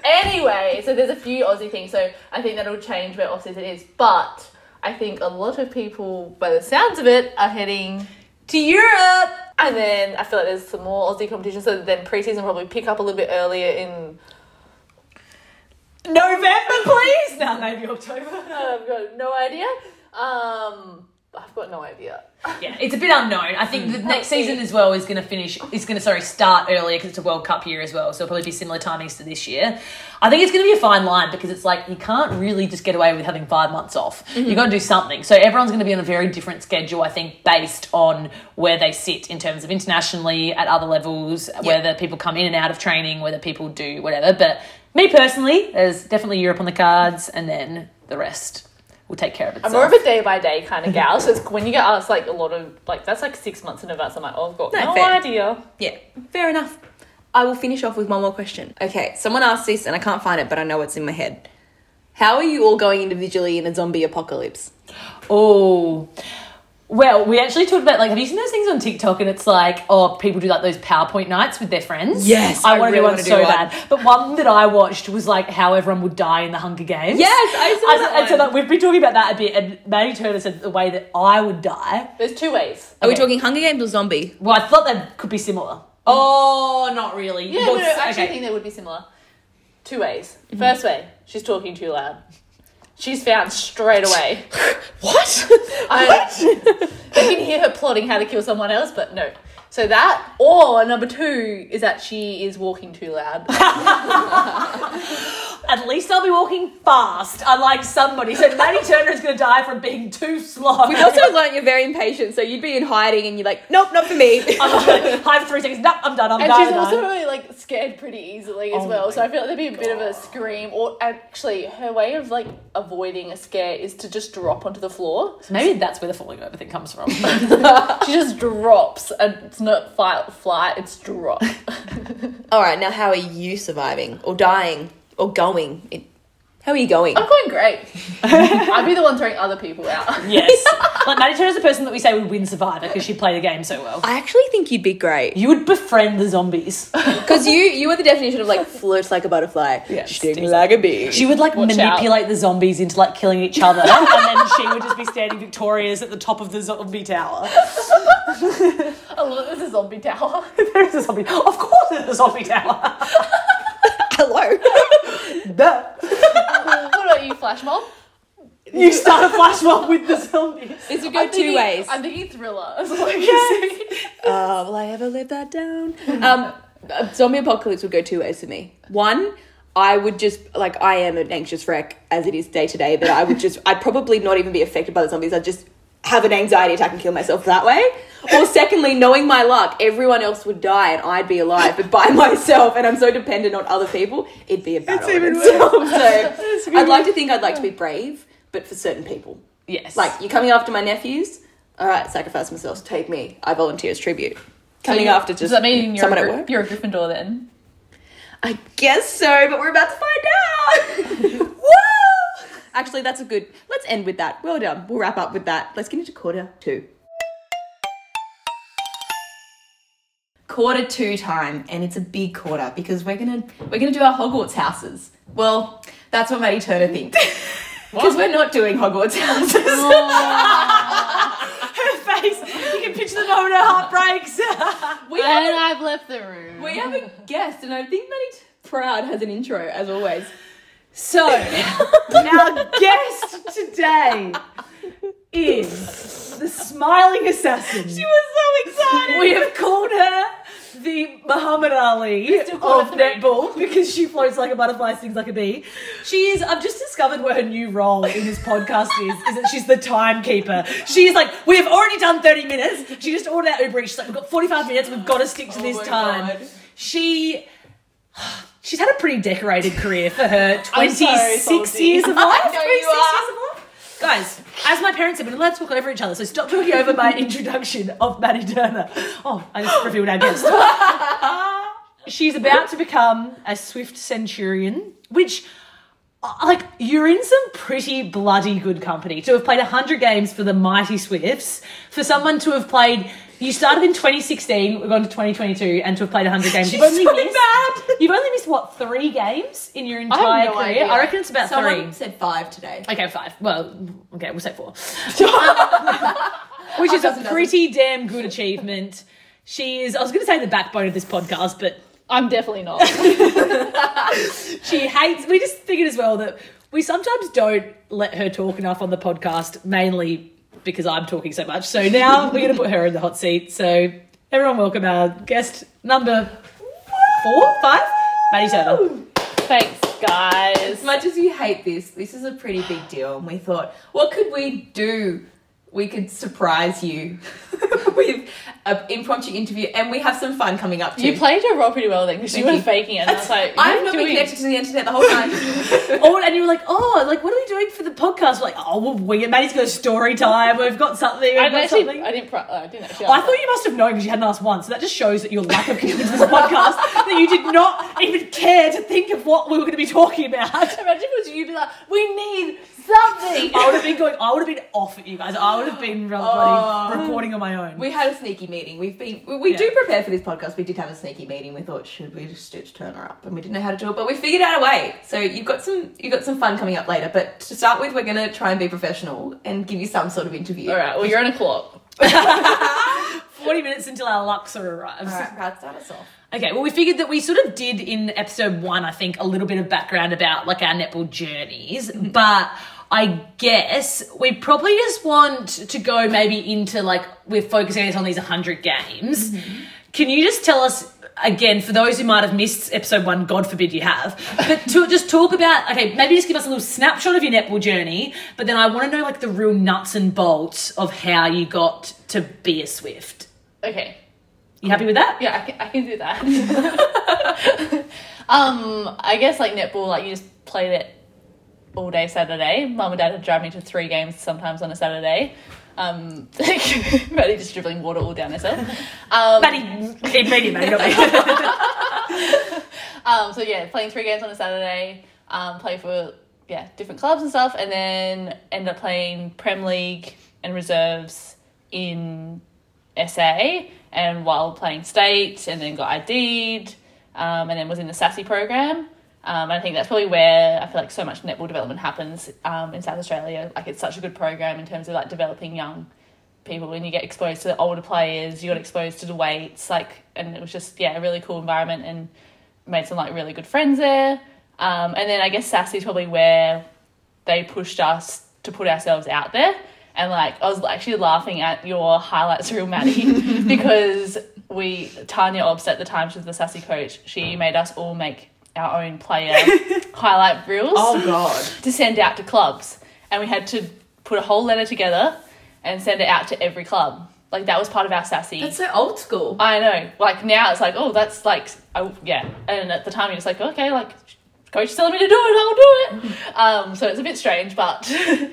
S6: anyway, so there's a few Aussie things. So I think that'll change where off season is, but I think a lot of people, by the sounds of it, are heading to Europe. And then I feel like there's some more Aussie competition. So then preseason probably pick up a little bit earlier in.
S5: November, please. No, maybe October.
S6: I've got no idea. Um. I've got no idea.
S5: Yeah, it's a bit unknown. I
S6: Hmm.
S5: think the next season as well is going to finish. Is going to sorry start earlier because it's a World Cup year as well, so it'll probably be similar timings to this year. I think it's going to be a fine line because it's like you can't really just get away with having five months off.
S6: Mm-hmm.
S5: You've got to do something. So everyone's going to be on a very different schedule, I think, based on where they sit in terms of internationally at other levels, whether people come in and out of training, whether people do whatever. But me personally, there's definitely Europe on the cards, and then the rest will take care of itself.
S6: I'm more of a day by day kind of gal. So it's when you get asked like a lot of like that's like six months in advance. I'm like, oh, I've got no,
S4: fair.
S6: idea.
S4: Yeah, fair enough. I will finish off with one more question. Okay, someone asked this and I can't find it, but I know it's in my head. How are you all going individually in a zombie apocalypse?
S5: Oh. Well, we actually talked about like, have you seen those things on TikTok? And it's like, oh, people do like those PowerPoint nights with their friends.
S4: Yes,
S5: I,
S4: I
S5: want
S4: really
S5: to do one
S4: wanna do
S5: so
S4: one.
S5: bad. But one that I watched was like how everyone would die in the Hunger Games.
S4: Yes, I saw that
S5: And so
S4: one.
S5: like, we've been talking about that a bit, and Maddie Turner said the way that I would die.
S6: There's two ways.
S4: Are we
S5: Okay.
S4: talking Hunger Games or zombie?
S5: Well, I thought that could be similar. Oh, not really.
S6: Yeah,
S5: Well,
S6: no, no, I actually
S5: okay. Mm-hmm.
S6: think they would be similar. Two ways. First way, she's talking too loud. She's found straight away.
S4: What?
S6: I, you can hear her plotting how to kill someone else, but no. So that, or number two, is that she is walking too loud.
S5: At least I'll be walking fast, unlike somebody. So Maddie Turner is going to die from being too slow.
S4: We've also learnt you're very impatient, so you'd be in hiding and you're like, nope, not for me.
S5: I'm just
S4: Uh,
S5: like, hi for three seconds. No, I'm done. I'm
S6: And
S5: done.
S6: she's
S5: I'm
S6: also
S5: done.
S6: really like scared pretty easily as
S5: Oh
S6: well.
S5: my
S6: So I feel like there'd be a bit of a scream, or actually, her way of like avoiding a scare is to just drop onto the floor.
S5: Maybe that's where the falling over thing comes from.
S6: She just drops, and it's not fight or flight; it's drop.
S4: all right, now how are you surviving or dying or going? It- how are you going?
S6: I'm going great. I'd be the one throwing other people out.
S5: yes. Like Maddie Turner's the person that we say would win Survivor because she played the game so well.
S4: I actually think you'd be great
S5: You would befriend the zombies.
S4: because you you are the definition of like floats like a butterfly,
S5: Yeah,
S4: sting
S5: stings
S4: like a bee.
S5: She would like
S6: Watch
S5: manipulate the zombies into like killing each other, and then she would just be standing victorious at the top of the zombie tower.
S6: I love this is zombie tower.
S5: there is a zombie. Of course, there's a zombie tower.
S4: Hello.
S5: Duh.
S6: what about you, flash mob?
S5: You start a flash mob with the zombies.
S4: This would go
S6: I'm thinking-
S4: two ways.
S6: I'm thinking thriller.
S4: Uh, will I ever live that down? Um, uh, zombie apocalypse would go two ways for me. One, I would just like I am an anxious wreck as it is day to day, but I would just I'd probably not even be affected by the zombies. I'd just have an anxiety attack and kill myself that way. Or secondly, knowing my luck, everyone else would die and I'd be alive, but by myself, and I'm so dependent on other people, it'd be a battle. It's even worse. so I'd like to think I'd like to be brave, but for certain people.
S5: Yes.
S4: Like, you're coming after my nephews? All right, sacrifice myself. Take me. I volunteer as tribute. Coming after just
S6: Does that mean you're,
S4: someone
S6: a,
S4: at
S6: Gry-
S4: work?
S6: you're a Gryffindor then?
S4: I guess so, but we're about to find out. Woo! Actually, that's a good. Let's end with that. Well done. We'll wrap up with that. Let's get into quarter two. Quarter two time, and it's a big quarter because we're gonna we're gonna do our Hogwarts houses. Well, that's what Maddie Turner thinks. Because we're not doing Hogwarts houses.
S5: Her face. You can picture them home to heartbreaks.
S4: We have,
S6: And I've left the room.
S4: we have a guest, and I think Manny Proud has an intro, as always.
S1: So,
S5: Our guest today is the smiling assassin. She was so excited. We have called her the Muhammad Ali of netball because she floats like a butterfly, stings like a bee. She is. I've just discovered what her new role in this podcast is. Is that she's the timekeeper. She is like, we have already done thirty minutes. She just ordered out Uber. Eats. She's like, we've got forty-five minutes. We've got to stick to this
S6: Oh my
S5: time.
S6: God.
S5: She. She's had a pretty decorated career for her 26
S6: salty.
S5: years of life.
S6: I know you are.
S5: 26 years of life. Guys, as my parents said, we're allowed to talk over each other, so stop talking over my introduction of Maddie Turner. Oh, I just revealed our guest. She's about to become a Swift Centurion, which, uh, like, you're in some pretty bloody good company to have played 100 games for the Mighty Swifts, for someone to have played. You started in 2016, we've gone to 2022, and to have played 100 games. You've only, missed, you've only missed, what, three games in your
S6: have
S5: entire
S6: no
S5: career?
S6: idea.
S5: I reckon it's about
S4: Someone
S5: three.
S4: said five today.
S5: Okay, five. Well, okay, we'll say four. Which is a pretty damn good achievement. She is, I was going to say the backbone of this podcast, but
S6: I'm definitely not.
S5: she hates. We just figured as well that we sometimes don't let her talk enough on the podcast, mainly because I'm talking so much. So now we're going to put her in the hot seat. So everyone, welcome our guest number four, five, Maddie Turner.
S6: Thanks, guys.
S4: As much as you hate this, this is a pretty big deal, and we thought, what could we do? We could surprise you with an impromptu interview, and we have some fun coming up too.
S6: You played your role pretty well then because you
S4: Thank
S6: were
S4: you.
S6: faking it. And I was like, what are
S4: I've
S6: you
S4: not been
S6: doing?
S4: connected to the internet the whole time.
S5: Oh, and you were like, oh, like what are we doing for the podcast? We're like, oh, we'll wing it. Maddie's got a story time. We've got something. We've
S6: I didn't
S5: got
S6: actually,
S5: something.
S6: I didn't, pro- I didn't actually.
S5: Oh, I thought you must have known because you hadn't asked once. So that just shows that your lack of commitment to this podcast that you did not even care to think of what we were going to be talking about.
S6: Imagine if it was you, you'd be like, we need something.
S5: I would have been going. I would have been off at you guys. I would have been re-
S6: Oh.
S5: bloody recording on my own.
S4: Oh. we had a sneaky meeting. We've been we, we do
S5: Yeah.
S4: prepare for this podcast. We did have a sneaky meeting. We thought should we just stitch Turner up, and we didn't know how to do it, but we figured out a way. So you've got some you have got some fun coming up later. But to start with, we're gonna try and be professional and give you some sort of interview.
S6: All right, well, you're on a clock.
S5: Forty minutes until our Luxor arrives.
S4: All right, Brad, start us off.
S5: Okay, well, we figured that we sort of did in episode one, I think, a little bit of background about like our netball journeys, but I guess we probably just want to go maybe into like we're focusing on these 100 games. Can you just tell us again, for those who might have missed episode one, God forbid you have, but to just talk about okay, maybe just give us a little snapshot of your netball journey, but then I want to know like the real nuts and bolts of how you got to be a Swift.
S6: Okay.
S5: You happy with that?
S6: Yeah, I can, I can do that. um, I guess like netball, like you just played it all day Saturday. Mum and dad had drive me to three games sometimes on a Saturday. Um, Maddie just dribbling water all down herself. Um,
S5: Maddie, Maddie, Maddie, not me.
S6: Um, so yeah, playing three games on a Saturday, um, play for yeah different clubs and stuff, and then end up playing Prem League and reserves in SA, and while playing state, and then got ID'd, um, and then was in the Sassy program. Um, and I think that's probably where I feel like so much netball development happens um, in South Australia. Like it's such a good program in terms of like developing young people when you get exposed to the older players you got exposed to the weights like and it was just yeah a really cool environment and made some like really good friends there um, and then i guess sassy's probably where they pushed us to put ourselves out there and like i was actually laughing at your highlights reel maddie because we tanya obst at the time she was the sassy coach she made us all make our own player highlight reels
S5: Oh,
S7: Oh,
S4: God.
S6: to send out to clubs, and we had to put a whole letter together and send it out to every club. Like that was part of our sassy.
S4: That's so old school.
S6: I know. Like now, it's like, oh, that's like, oh, yeah. And at the time, you're just like, okay, like, coach's telling me to do it, I'll do it. Um, so it's a bit strange, but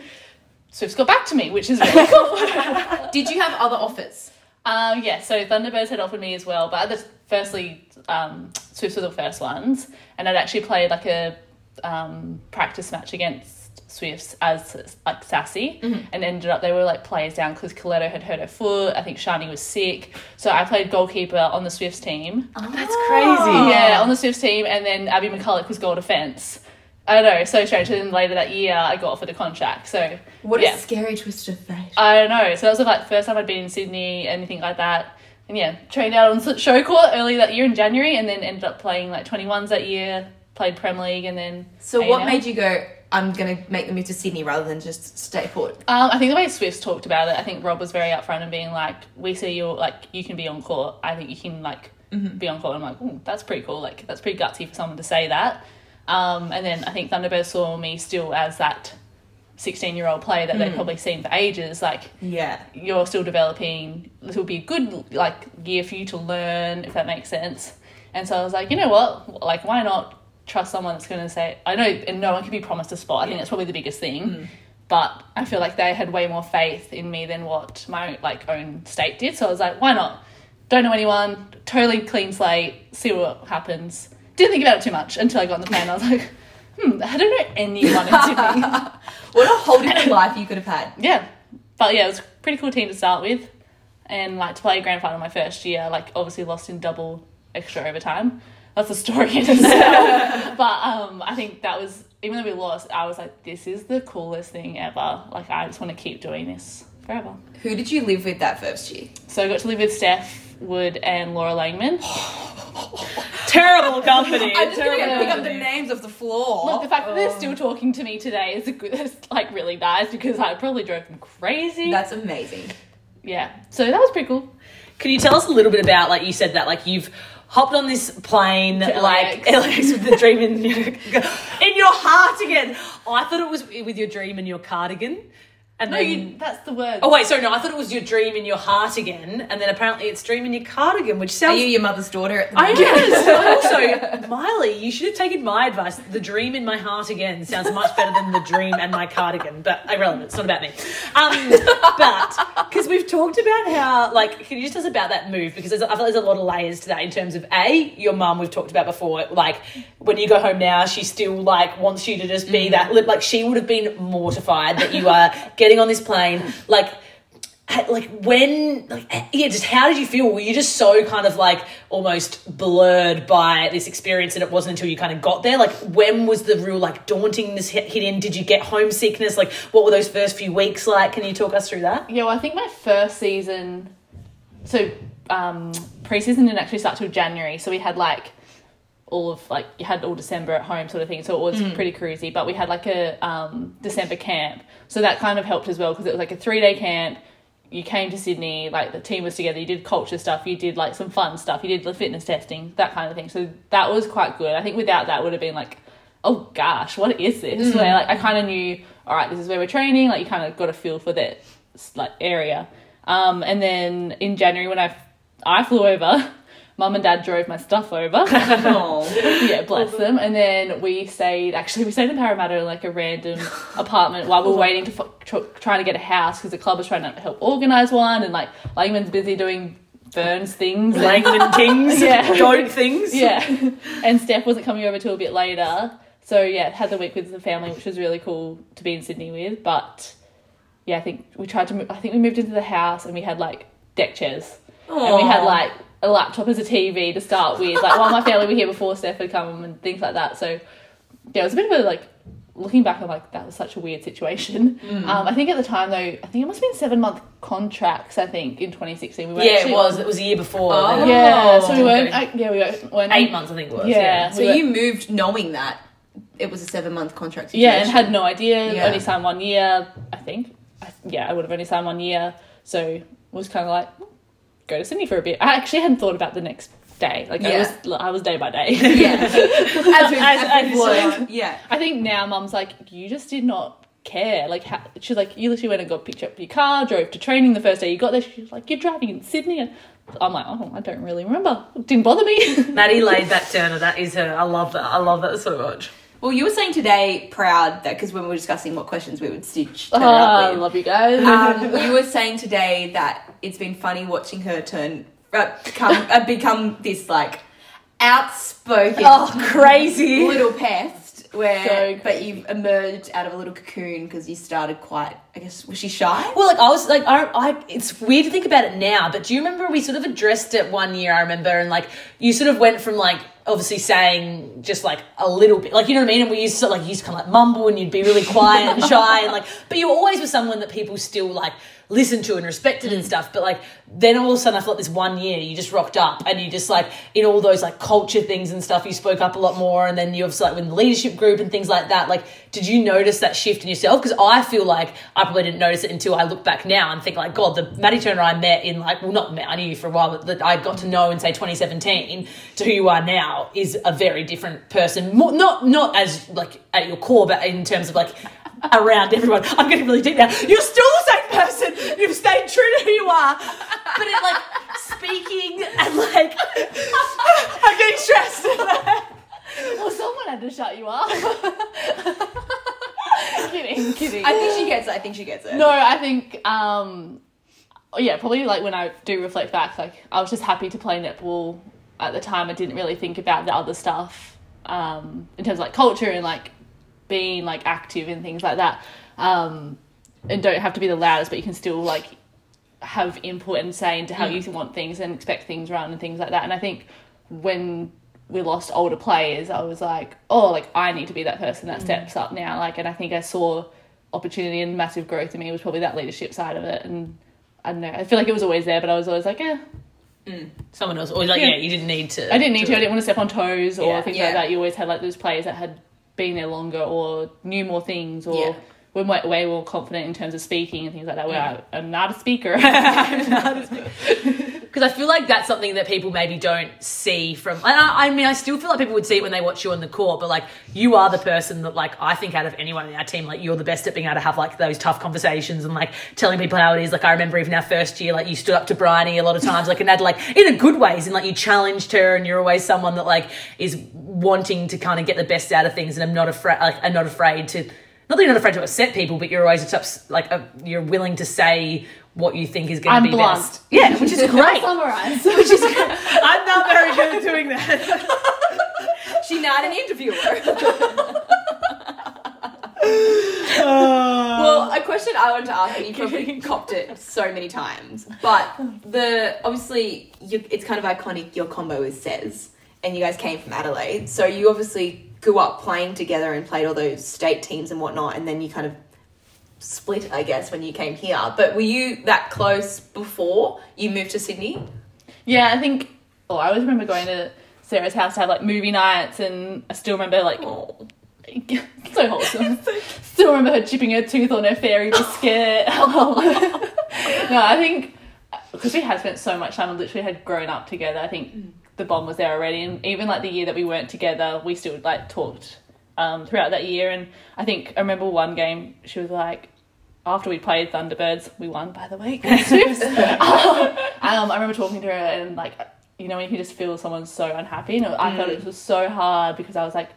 S6: Swift's got back to me, which is really cool.
S4: Did you have other offers?
S6: Um, yeah, so Thunderbirds had offered me as well, but at the, firstly, um, Swifts were the first ones, and I'd actually played like a um, practice match against Swifts as like Sassy,
S4: Mm-hmm.
S6: and ended up they were like players down because Coletto had hurt her foot. I think Shani was sick, so I played goalkeeper on the Swifts team.
S5: That's crazy.
S4: Oh.
S6: Yeah, on the Swifts team, and then Abby McCulloch was goal defence. I know, so strange. And then later that year, I got offered a contract. So
S4: What
S6: yeah.
S4: a scary twist of fate.
S6: I know. So that was like the first time I'd been in Sydney, anything like that. And yeah, trained out on s- show court early that year in January, and then ended up playing like 21s that year. Played Prem League, and then
S4: So
S6: A
S4: what
S6: now.
S4: made you go? I'm gonna make the move to Sydney rather than just stay put.
S6: Um, I think the way Swifts talked about it, I think Rob was very upfront and being like, "We see you like you can be on court. I think you can like be on court." I'm like, "Ooh, that's pretty cool. Like that's pretty gutsy for someone to say that." Um, and then I think Thunderbird saw me still as that 16 year old player that they'd probably seen for ages. Like
S4: Yeah.
S6: you're still developing. This will be a good like year for you to learn, if that makes sense. And so I was like, you know what? Like, why not trust someone that's going to say? I know, and no one can be promised a spot. I think that's probably the biggest thing. But I feel like they had way more faith in me than what my like own state did. So I was like, why not? Don't know anyone. Totally clean slate. See what happens. Didn't think about it too much until I got on the plane. I was like, hmm, I don't know anyone in Sydney.
S4: What a whole different life you could have had.
S6: yeah, but yeah, it was a pretty cool team to start with, and like to play a grand final my first year, like obviously lost in double extra overtime. That's a story in itself. but um, I think that was even though we lost, I was like, this is the coolest thing ever. Like I just want to keep doing this forever.
S4: Who did you live with that first year?
S6: So I got to live with Steph Wood and Laura Langman.
S5: Terrible company.
S4: I'm just gonna
S5: terrible
S4: pick up the
S5: company.
S4: names of the floor. Oh.
S6: Look, the fact that they're still talking to me today is a good, is, like really nice because I probably drove them crazy.
S4: That's amazing.
S6: yeah, so that was pretty cool.
S5: Can you tell us a little bit about like you said that like you've hopped on this plane like LAX with the dream in your, in your heart again? Oh, I thought it was with your dream and your cardigan. And
S6: No,
S5: then,
S6: you, that's the word.
S5: Oh wait, sorry, no, I thought it was your dream in your heart again, and then apparently it's dream in your cardigan, which
S4: Are
S5: sounds.
S4: you your mother's daughter? At the
S5: I
S4: moment?
S5: guess. also, Miley, you should have taken my advice. The dream in my heart again sounds much better than the dream and my cardigan, but irrelevant. It's not about me. Um, but because we've talked about how, like, can you just tell us about that move? Because there's, I feel there's a lot of layers to that in terms of a your mum. We've talked about before. Like when you go home now, she still like wants you to just be that. li- Like she would have been mortified that you are getting on this plane, like ha- like when like yeah just how did you feel were you just so kind of like almost blurred by this experience and it wasn't until you kind of got there like when was the real like dauntingness hit, hit in did you get homesickness like what were those first few weeks like can you talk us through that
S6: Yeah, well, I think my first season, so um, preseason didn't actually start till January, so we had like all of like you had all December at home sort of thing, so it was pretty cruisy. But we had like a um, December camp, so that kind of helped as well because it was like a three day camp. You came to Sydney, like the team was together. You did culture stuff, you did like some fun stuff, you did the fitness testing, that kind of thing. So that was quite good. I think without that would have been like oh gosh, what is this? Where like I kind of knew, all right, this is where we're training. Like you kind of got a feel for that like area. Um, and then in January when I I flew over, mum and dad drove my stuff over. yeah, bless them. And then we stayed. Actually, we stayed in Parramatta in like a random apartment while we were waiting to f- tr- trying to get a house because the club was trying to help organize one. And like Langman's busy doing Burns things. and-
S5: Langland things
S6: Yeah.
S5: goat things
S6: yeah. And Steph wasn't coming over till a bit later. So yeah, had the week with the family, which was really cool to be in Sydney with. But yeah, I think we tried to. Move, I think we moved into the house and we had like deck chairs, and we had like a laptop as a TV to start with. Like while my family were here before Steph had come and things like that. So yeah, it was a bit of a like looking back. I'm like that was such a weird situation.
S5: Mm.
S6: Um, I think at the time though, I think it must have been seven month contracts. I think in 2016 we were
S5: yeah it
S6: actually-
S5: was it was a year before
S4: Oh.
S6: Yeah, so we
S5: Oh.
S6: weren't. I, yeah, we weren't. weren't-
S5: eight months I think it was
S6: Yeah.
S4: So
S6: we were-
S4: you moved knowing that it was a seven month contract. Situation.
S6: Yeah, and had no idea.
S4: Yeah.
S6: Only signed one year, I think. I, yeah, I would have only signed one year. So was kind of like, go to Sydney for a bit. I actually hadn't thought about the next day. Like
S4: Yeah.
S6: I was, I was day by day.
S4: yeah. as we
S5: As-
S4: as,
S5: as
S4: we
S5: you
S4: were.
S5: said.
S4: Yeah.
S6: I think now Mum's like, you just did not care. Like how, she's like, you literally went and got picked up your car, drove to training the first day you got there. She's like, you're driving in Sydney. And I'm like, oh, I don't really remember. Didn't bother me.
S5: Maddie laid back Turner that is her I love that I love that so much
S4: Well, you were saying today, proud that because when we were discussing what questions we would stitch turn
S6: Ah,
S4: up with,
S6: love you guys.
S4: um, you were saying today that it's been funny watching her turn uh, become uh, become this like outspoken
S5: Oh, crazy
S4: little pest. Where,
S6: So
S4: but you've emerged out of a little cocoon because you started quite. I guess was she shy?
S5: Well, like I was like, I, I, it's weird to think about it now, but do you remember we sort of addressed it one year? I remember, and like you sort of went from like obviously saying just like a little bit, like you know what I mean. And we used to like you used to kind of like mumble, and you'd be really quiet and shy, and like. But you always were someone that people still like listened to and respected and stuff. But like then all of a sudden, I feel like this one year you just rocked up, and you just like in all those like culture things and stuff, you spoke up a lot more. And then you obviously like with the leadership group and things like that. Like, did you notice that shift in yourself? Because I feel like I probably didn't notice it until I look back now and think like, God, the Maddie Turner I met in like, well, not met, I knew you for a while, but that I got to know in say 2017 to who you are now is a very different person. More, not not as like at your core, but in terms of like around everyone. I'm getting really deep now. You're still the same person. You've stayed true to who you are, but it like speaking and like I'm getting stressed.
S6: Well, someone had to shut you up. kidding, kidding.
S4: I think she gets it. I think she gets it.
S6: no, I think, um, yeah, probably like when I do reflect back, like I was just happy to play netball at the time. I didn't really think about the other stuff um, in terms of like culture and like being like active and things like that. Um, and don't have to be the loudest, but you can still like have input and say into how
S4: Mm.
S6: you want things and expect things run and things like that. And I think when we lost older players, I was like, oh, like I need to be that person
S4: Mm.
S6: that steps up now. Like, and I think I saw opportunity and massive growth in me was probably that leadership side of it. And I don't know, I feel like it was always there, but I was always like, yeah,
S5: Mm. Someone else, or like yeah, you didn't need to.
S6: I didn't need to. I didn't want to step on toes or
S5: Yeah.
S6: things
S4: Yeah.
S6: like that. You always had like those players that had been there longer or knew more things or
S4: Yeah.
S6: were way, way more confident in terms of speaking and things like that. Where I, I'm not a speaker. I'm not a speaker.
S5: Because I feel like that's something that people maybe don't see from. And I, I mean, I still feel like people would see it when they watch you on the court, but like you are the person that, like, I think out of anyone in our team, like, you're the best at being able to have like those tough conversations and like telling people how it is. Like, I remember even our first year, like, you stood up to Bryony a lot of times, like, and had like in a good ways, and like you challenged her, and you're always someone that like is wanting to kind of get the best out of things, and I'm not afraid, like, I'm not afraid to. Not that you're not afraid to upset people, but you're always ups- like uh, you're willing to say what you think is going
S6: I'm
S5: to be
S6: blunt.
S5: best. Yeah, which is great.
S6: Summarize.
S5: Which is, I'm not very good at doing that.
S4: She's not an interviewer. well, a question I wanted to ask, and you probably copped it so many times, but the obviously you, it's kind of iconic. Your combo is says, and you guys came from Adelaide, so you obviously grew up playing together and played all those state teams and whatnot, and then you kind of split, I guess, when you came here. But were you that close before you moved to Sydney?
S6: Yeah, I think. Oh, I always remember going to Sarah's house to have like movie nights, and I still remember like. so wholesome. still remember her chipping her tooth on her fairy biscuit. no, I think because we had spent so much time and literally had grown up together. I think the bond was there already, and even like the year that we weren't together, we still like talked um, throughout that year. And I think I remember one game she was like. After we played Thunderbirds, we won by the way. against Swifts. Um, I remember talking to her and like, you know, when you can just feel someone's so unhappy, and I
S4: Mm.
S6: felt it was so hard because I was like,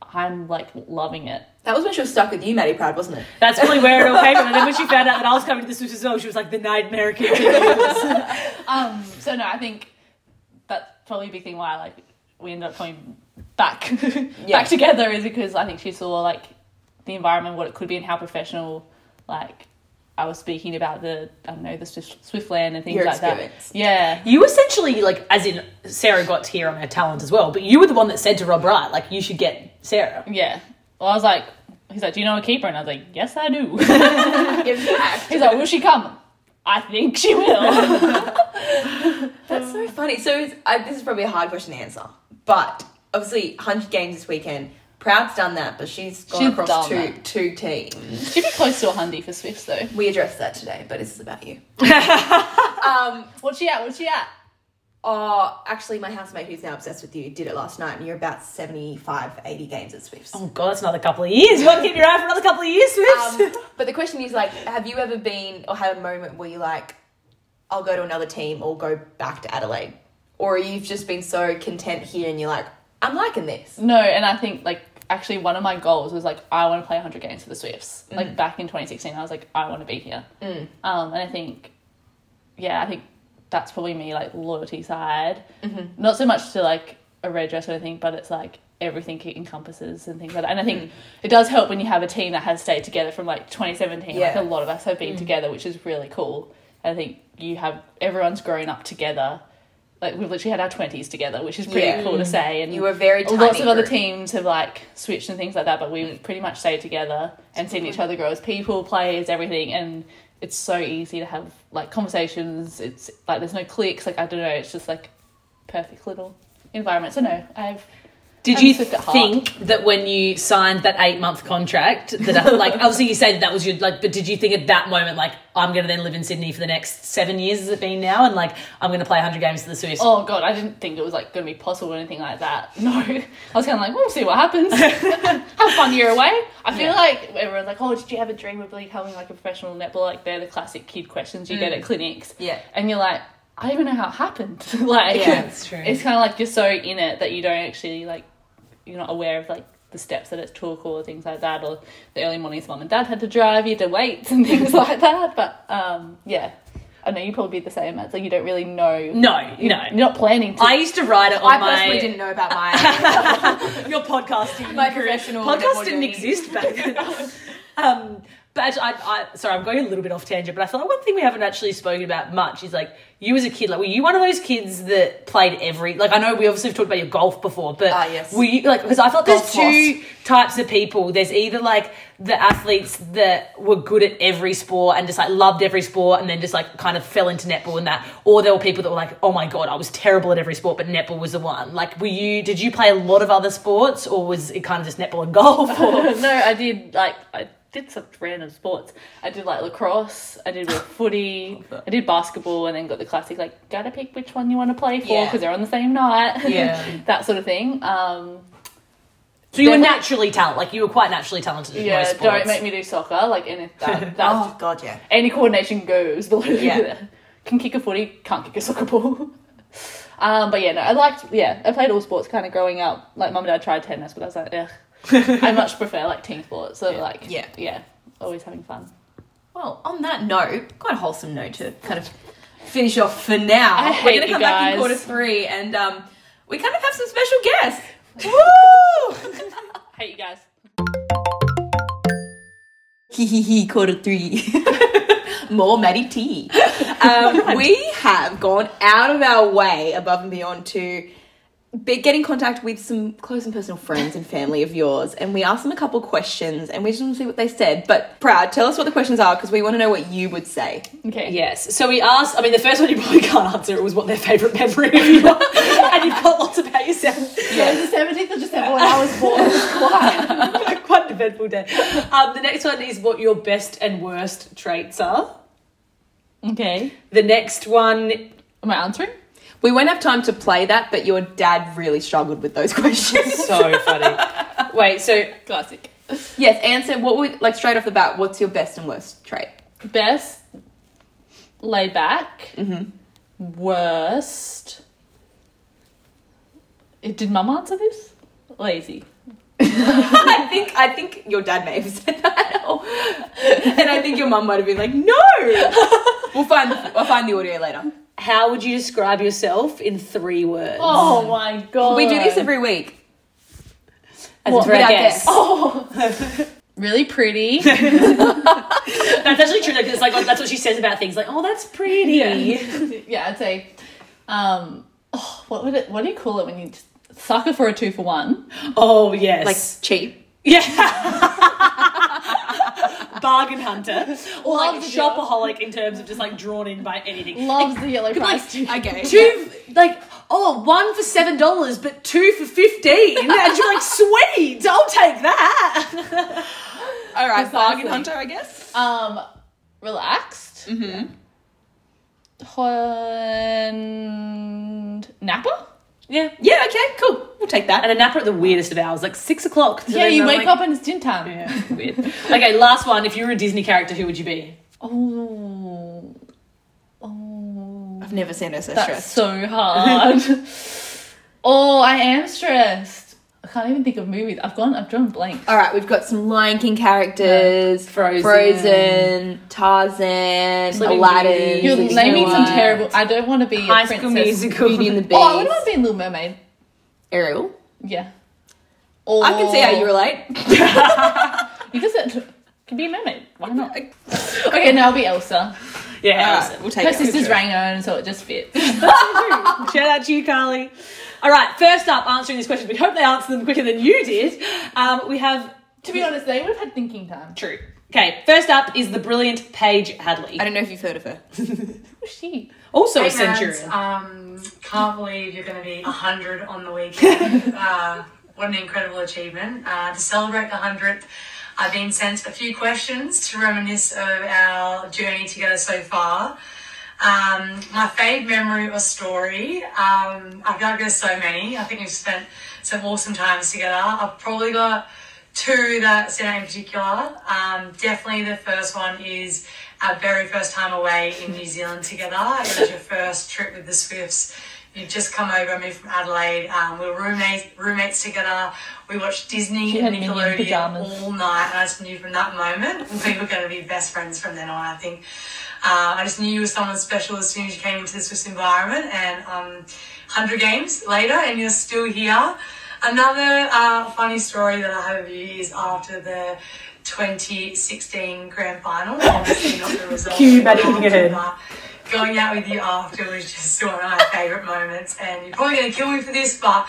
S6: I'm like loving it.
S4: That was when she was stuck with you, Maddie Proud, wasn't it?
S5: That's probably where it all came from. And then when she found out that I was coming to the Swifts as well, she was like the nightmare kid.
S6: Um, so no, I think that's probably a big thing why like we ended up coming back
S4: Yeah.
S6: back together is because I think she saw like the environment, what it could be, and how professional like I was speaking about the I don't know the Swift, Swiftland and things
S4: Your
S6: like
S4: experience.
S6: that. Yeah,
S5: you essentially like, as in Sarah got here on her talent as well, but you were the one that said to Rob Wright, like, you should get Sarah.
S6: yeah. Well, I was like, he's like, do you know a keeper? And I was like, yes, I do.
S4: Give me back.
S6: He's like, will she come? I think she will.
S4: That's so funny. So it's, I, this is probably a hard question to answer, but obviously, hundred games this weekend. Proud's done that, but she's gone
S6: She's
S4: across
S6: done
S4: two
S6: that.
S4: two teams.
S6: She'd be close to a hundy for Swifts though.
S4: We addressed that today, but this is about you.
S6: What's she at? What's she at?
S4: Oh, actually, my housemate who's now obsessed with you did it last night, and you're about 75, 80 games at Swifts.
S5: Oh, God, that's another couple of years. You got to keep your eye for another couple of years, Swifts.
S4: Um, but the question is like, have you ever been or had a moment where you're like, I'll go to another team or go back to Adelaide? Or you've just been so content here and you're like, I'm liking this.
S6: No, and I think like actually one of my goals was like I want to play 100 games for the Swifts. Like back in 2016, I was like I want to be here. Um, and I think, yeah, I think that's probably me like loyalty side. Not so much to like a red dress or anything, but it's like everything it encompasses and things like that. And I
S4: Mm.
S6: think it does help when you have a team that has stayed together from like 2017. Like
S4: Yeah. Mm.
S6: a lot of us have been together, which is really cool. I think you have everyone's grown up together like we've literally had our twenties together, which is pretty
S4: Yeah. Mm.
S6: cool to say. And
S4: You were a very tiny
S6: lots of other
S4: group.
S6: teams have like switched and things like that, but we've pretty much stayed together and seen each other grow as people, players, everything. And it's so easy to have like conversations. It's like there's no cliques. Like I don't know. It's just like perfect little environment. So no, I've
S5: Did
S6: I'm
S5: you
S6: sick at heart.
S5: think that when you signed that eight month contract, that uh, like obviously you said that was your like, but did you think at that moment like I'm going to then live in Sydney for the next seven years? Has it been now? And like I'm going to play 100 games for the Suisse.
S6: Oh god, I didn't think it was like going to be possible or anything like that. No, I was kind of like, we'll see what happens. have fun you're away. I feel like everyone's like, oh, did you ever dream of becoming like a professional netball? Like they're the classic kid questions you get at clinics.
S4: Yeah.
S6: and you're like, I don't even know how it happened. like,
S4: Yeah,
S5: that's true.
S6: It's kind of like you're so in it that you don't actually like, you're not aware of like. The steps that it took, or things like that, or the early mornings mum and dad had to drive, you had to wait, and things like that. But um, yeah, I know you probably be the same. It's like you don't really know
S5: No, no.
S6: you're not planning to.
S5: I used to write it on
S4: I
S5: my.
S4: personally didn't know about my
S5: Your podcasting.
S4: my
S5: career.
S4: professional
S5: podcast
S4: netball
S5: didn't
S4: journey.
S5: exist back then. um, but actually, I, I, sorry, I'm going a little bit off tangent, but I feel like one thing we haven't actually spoken about much is like you as a kid. Like, were you one of those kids that played every? Like, I know we obviously have talked about your golf before, but
S4: Ah, yes.
S5: were you like because I felt there's
S4: Golf
S5: two types of people. There's either like the athletes that were good at every sport and just like loved every sport and then just like kind of fell into netball and that, or there were people that were like, oh my god, I was terrible at every sport, but netball was the one. Like, were you? Did you play a lot of other sports, or was it kind of just netball and golf? Or?
S6: no, I did like I did some random sports. I did like lacrosse. I did with footy. I did basketball, and then got the classic like gotta pick which one you want to play for
S4: Yeah.
S6: because they're on the same night.
S5: Yeah.
S6: that sort of thing. Um,
S5: so you were
S6: Definitely-
S5: naturally talented. Like you were quite naturally talented at
S6: yeah,
S5: most sports.
S6: don't make me do soccer. Like any that, that's
S4: Oh god, yeah.
S6: any coordination goes below
S4: Yeah.
S6: can kick a footy can't kick a soccer ball um but yeah no i liked yeah i played all sports kind of growing up like mum and dad tried tennis but i was like Ugh. i much prefer like team sports so like
S4: Yeah.
S6: yeah always having fun
S4: Well, on that note, quite a wholesome note to kind of finish off for now.
S6: I
S4: We're
S6: hate
S4: gonna
S6: you
S4: come back in
S6: guys.
S4: quarter three, and um, we kind of have some special guests. Woo!
S6: hate you guys
S4: Hee hee hee, quarter three. More Maddie T. Um, we have gone out of our way above and beyond to be, get in contact with some close and personal friends and family of yours. And we asked them a couple questions and we just want to see what they said. But, Proud, tell us what the questions are because we want to know what you would say.
S6: okay
S5: Yes. So we asked. I mean, the first one you probably can't answer. It was what their favourite memory of you are, and you've got lots about yourself.
S6: it was the 17th of december when i was born
S5: Quite an eventful day. Um, the next one is what your best and worst traits are.
S6: okay
S5: The next one,
S6: am i answering
S4: We won't have time to play that, but your dad really struggled with those questions.
S5: so funny. Wait, so
S6: classic
S4: yes, answer what would like straight off the bat, what's your best and worst trait?
S6: best laid back
S4: Mm-hmm.
S6: worst Eh, did mum answer this lazy
S4: I think I think your dad may have said that. and I think your mum might have been like, "No." we'll find I'll find the audio later.
S5: how would you describe yourself in three words?
S6: Oh my god.
S4: Uh, We do this every week.
S5: As
S6: what
S5: a direct
S6: would I
S5: guess.
S6: Oh. really pretty.
S5: That's actually true. Like, it's like oh, that's what she says about things. Like, oh, that's pretty.
S6: yeah, I'd say um oh, what would it what do you call it when you just sucker for a two for one?
S5: Oh
S4: Like
S5: yes.
S4: cheap.
S5: yeah. Bargain hunter or like
S6: Love the deal.
S5: shopaholic in terms of just like drawn in by anything.
S6: Loves the yellow price too.
S4: Okay.
S5: two like oh one for seven dollars but two for 15 and you're like sweet i'll take that
S4: All right, bargain
S6: Precisely.
S4: hunter, I guess.
S6: Um relaxed.
S5: Hmm.
S6: Mm-hmm. And Napa?
S5: yeah
S4: Yeah, okay, cool. We'll take that.
S5: and a napper at the weirdest of hours like six o'clock So
S6: yeah,
S5: then
S6: you
S5: I'm
S6: wake
S5: like-
S6: up and it's din time.
S5: yeah, weird. okay last one if you were a disney character who would you be
S6: Oh, oh,
S4: I've never seen her so
S6: that's
S4: stressed.
S6: so hard. oh, I am stressed. I can't even think of movies. I've gone. I've drawn blank.
S4: All right, we've got some Lion King characters,
S5: Frozen.
S4: Frozen, Tarzan,
S5: Sleeping
S4: Aladdin.
S5: Beauty.
S6: You're
S4: Sleeping
S6: naming
S4: Beauty,
S6: some terrible. I don't want to be a
S5: high
S6: princess.
S5: school musical
S4: Beauty and the Beast.
S6: Oh, I would want to be in Little Mermaid.
S4: Ariel.
S6: Yeah. Or,
S4: I can see how you relate.
S6: You just said, can be a mermaid. Why not? Okay, now I'll be Elsa.
S5: Yeah,
S4: All
S5: Alison.
S4: right, we'll take
S6: Her
S4: it.
S6: sister's rang her own, so it just fits.
S5: Shout out to you, Carly. All right, first up, answering these questions. We hope they answer them quicker than you did. Um, we have
S6: to be honest, they would have had thinking time.
S5: true. Okay, first up is the brilliant Paige Hadley,
S4: I don't know if you've heard of her.
S6: Who's she?
S5: also a
S8: Hey, Mads,
S5: centurion.
S8: Um, can't believe you're going to be 100 on the weekend. uh, what an incredible achievement. Uh, to celebrate the 100th, I've been sent a few questions to reminisce of our journey together so far. Um, my fave memory or story, um, I feel like there's so many. I think we've spent some awesome times together. I've probably got two that stand out in particular. Um, definitely the first one is our very first time away in New Zealand together. It was your first trip with the Swifts. You'd just come over, moved from Adelaide. Um, we were roommates, roommates together. We watched Disney
S6: She had
S8: and
S6: minion
S8: Nickelodeon
S6: pyjamas.
S8: all night. And I just knew from that moment we were going to be best friends from then on, I think. Uh, I just knew you were someone special as soon as you came into the Swiss environment. And um, 100 games later, and you're still here. Another uh, funny story that I have of you is after the 2016 grand final, obviously not the result.
S5: Cue Maddie hitting her head.
S8: Uh, Going out with you after was just one of my favourite moments, and you're probably going to kill me for this, but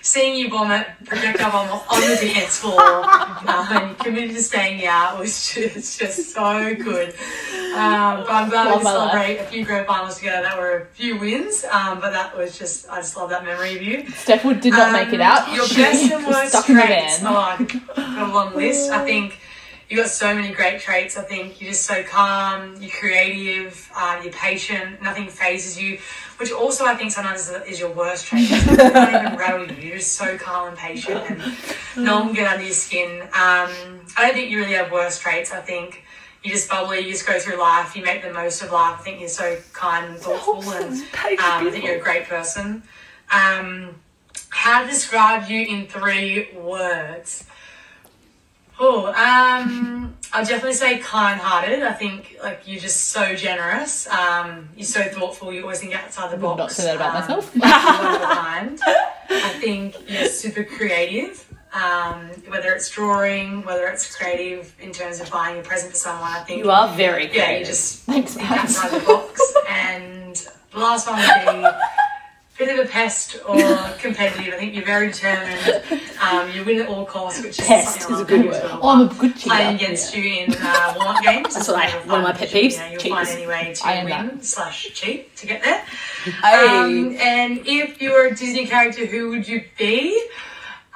S8: seeing you vomit, projectile vomit on the dance floor, uh, and you committed to staying out was just, just so good. Um, but I'm glad we could
S6: my life.
S8: celebrate a few grand finals together that were a few wins, um, but that was just, I just love that memory of you.
S6: Steph Wood did not make it out.
S8: Um, Your
S6: She
S8: best and
S6: was
S8: worst
S6: stuck in the
S8: traits.
S6: van.
S8: Oh, I've got a long list. I think you got so many great traits. I think you're just so calm, you're creative, uh, you're patient, nothing phases you, which also I think sometimes is, is your worst trait. You don't even rattle you. You're just so calm and patient, and no one can get under your skin. Um, I don't think you really have worst traits. I think. You just bubbly, you just go through life, you make the most of life. I think you're so kind and thoughtful, and um, I think you're a great person. Um, how to describe you in three words? Oh, um, I'll definitely say kind-hearted. I think like you're just so generous. Um, you're so thoughtful. You always think outside the box.
S6: not say that about
S8: Um,
S6: myself.
S8: you're one of a kind. I think you're super creative. Um, whether it's drawing, whether it's creative in terms of buying a present for someone, I think
S5: You are very creative.
S8: yeah, you just
S6: Thanks,
S8: think
S6: Max.
S8: outside the box. And the last one would be bit of a pest or competitive. I think you're very determined. Um, you win at all costs, which is
S5: Pest
S8: something
S5: is
S8: I love as
S5: a good word.
S8: well.
S6: Oh, I'm a good cheater.
S8: Playing against you in uh, warm-up games. That's
S5: what I- one of my pet peeves,
S8: You will find
S5: cheaters.
S8: any way to
S6: I am
S8: win slash cheat to get there.
S4: Hey.
S8: Um, and if you were a Disney character, who would you be?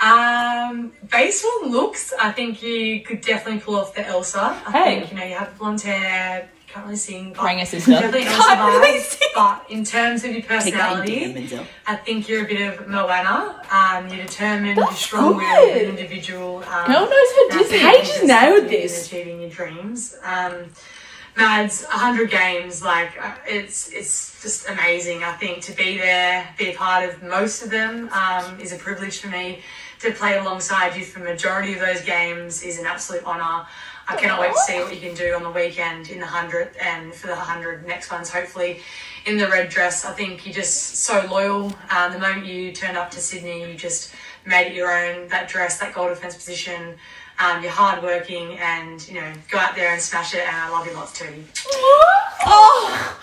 S8: Um, based on looks, I think you could definitely pull off the Elsa. I
S5: Hey.
S8: think you know you have blonde hair, can't really sing, but
S6: Bring her sister.
S8: definitely Elsa vibes. But in terms of your personality,
S4: Menzel.
S8: I think you're a bit of Moana. Um, you're determined, you're strong-willed, you're an individual. Um,
S6: Girl knows her Disney.
S8: Paige
S5: just nailed this.
S8: Achieving your dreams. Um, Mads, 100 games, like, uh, it's it's just amazing, I think, to be there, be a part of most of them um, is a privilege for me. To play alongside you for the majority of those games is an absolute honour. I cannot wait to see what you can do on the weekend in the 100th and for the 100 next ones, hopefully, in the red dress. I think you're just so loyal. Uh, the moment you turned up to Sydney, you just made it your own. That dress, that goal defence position, um, you're hardworking and, you know, go out there and smash it. And I love you lots too.
S5: Oh,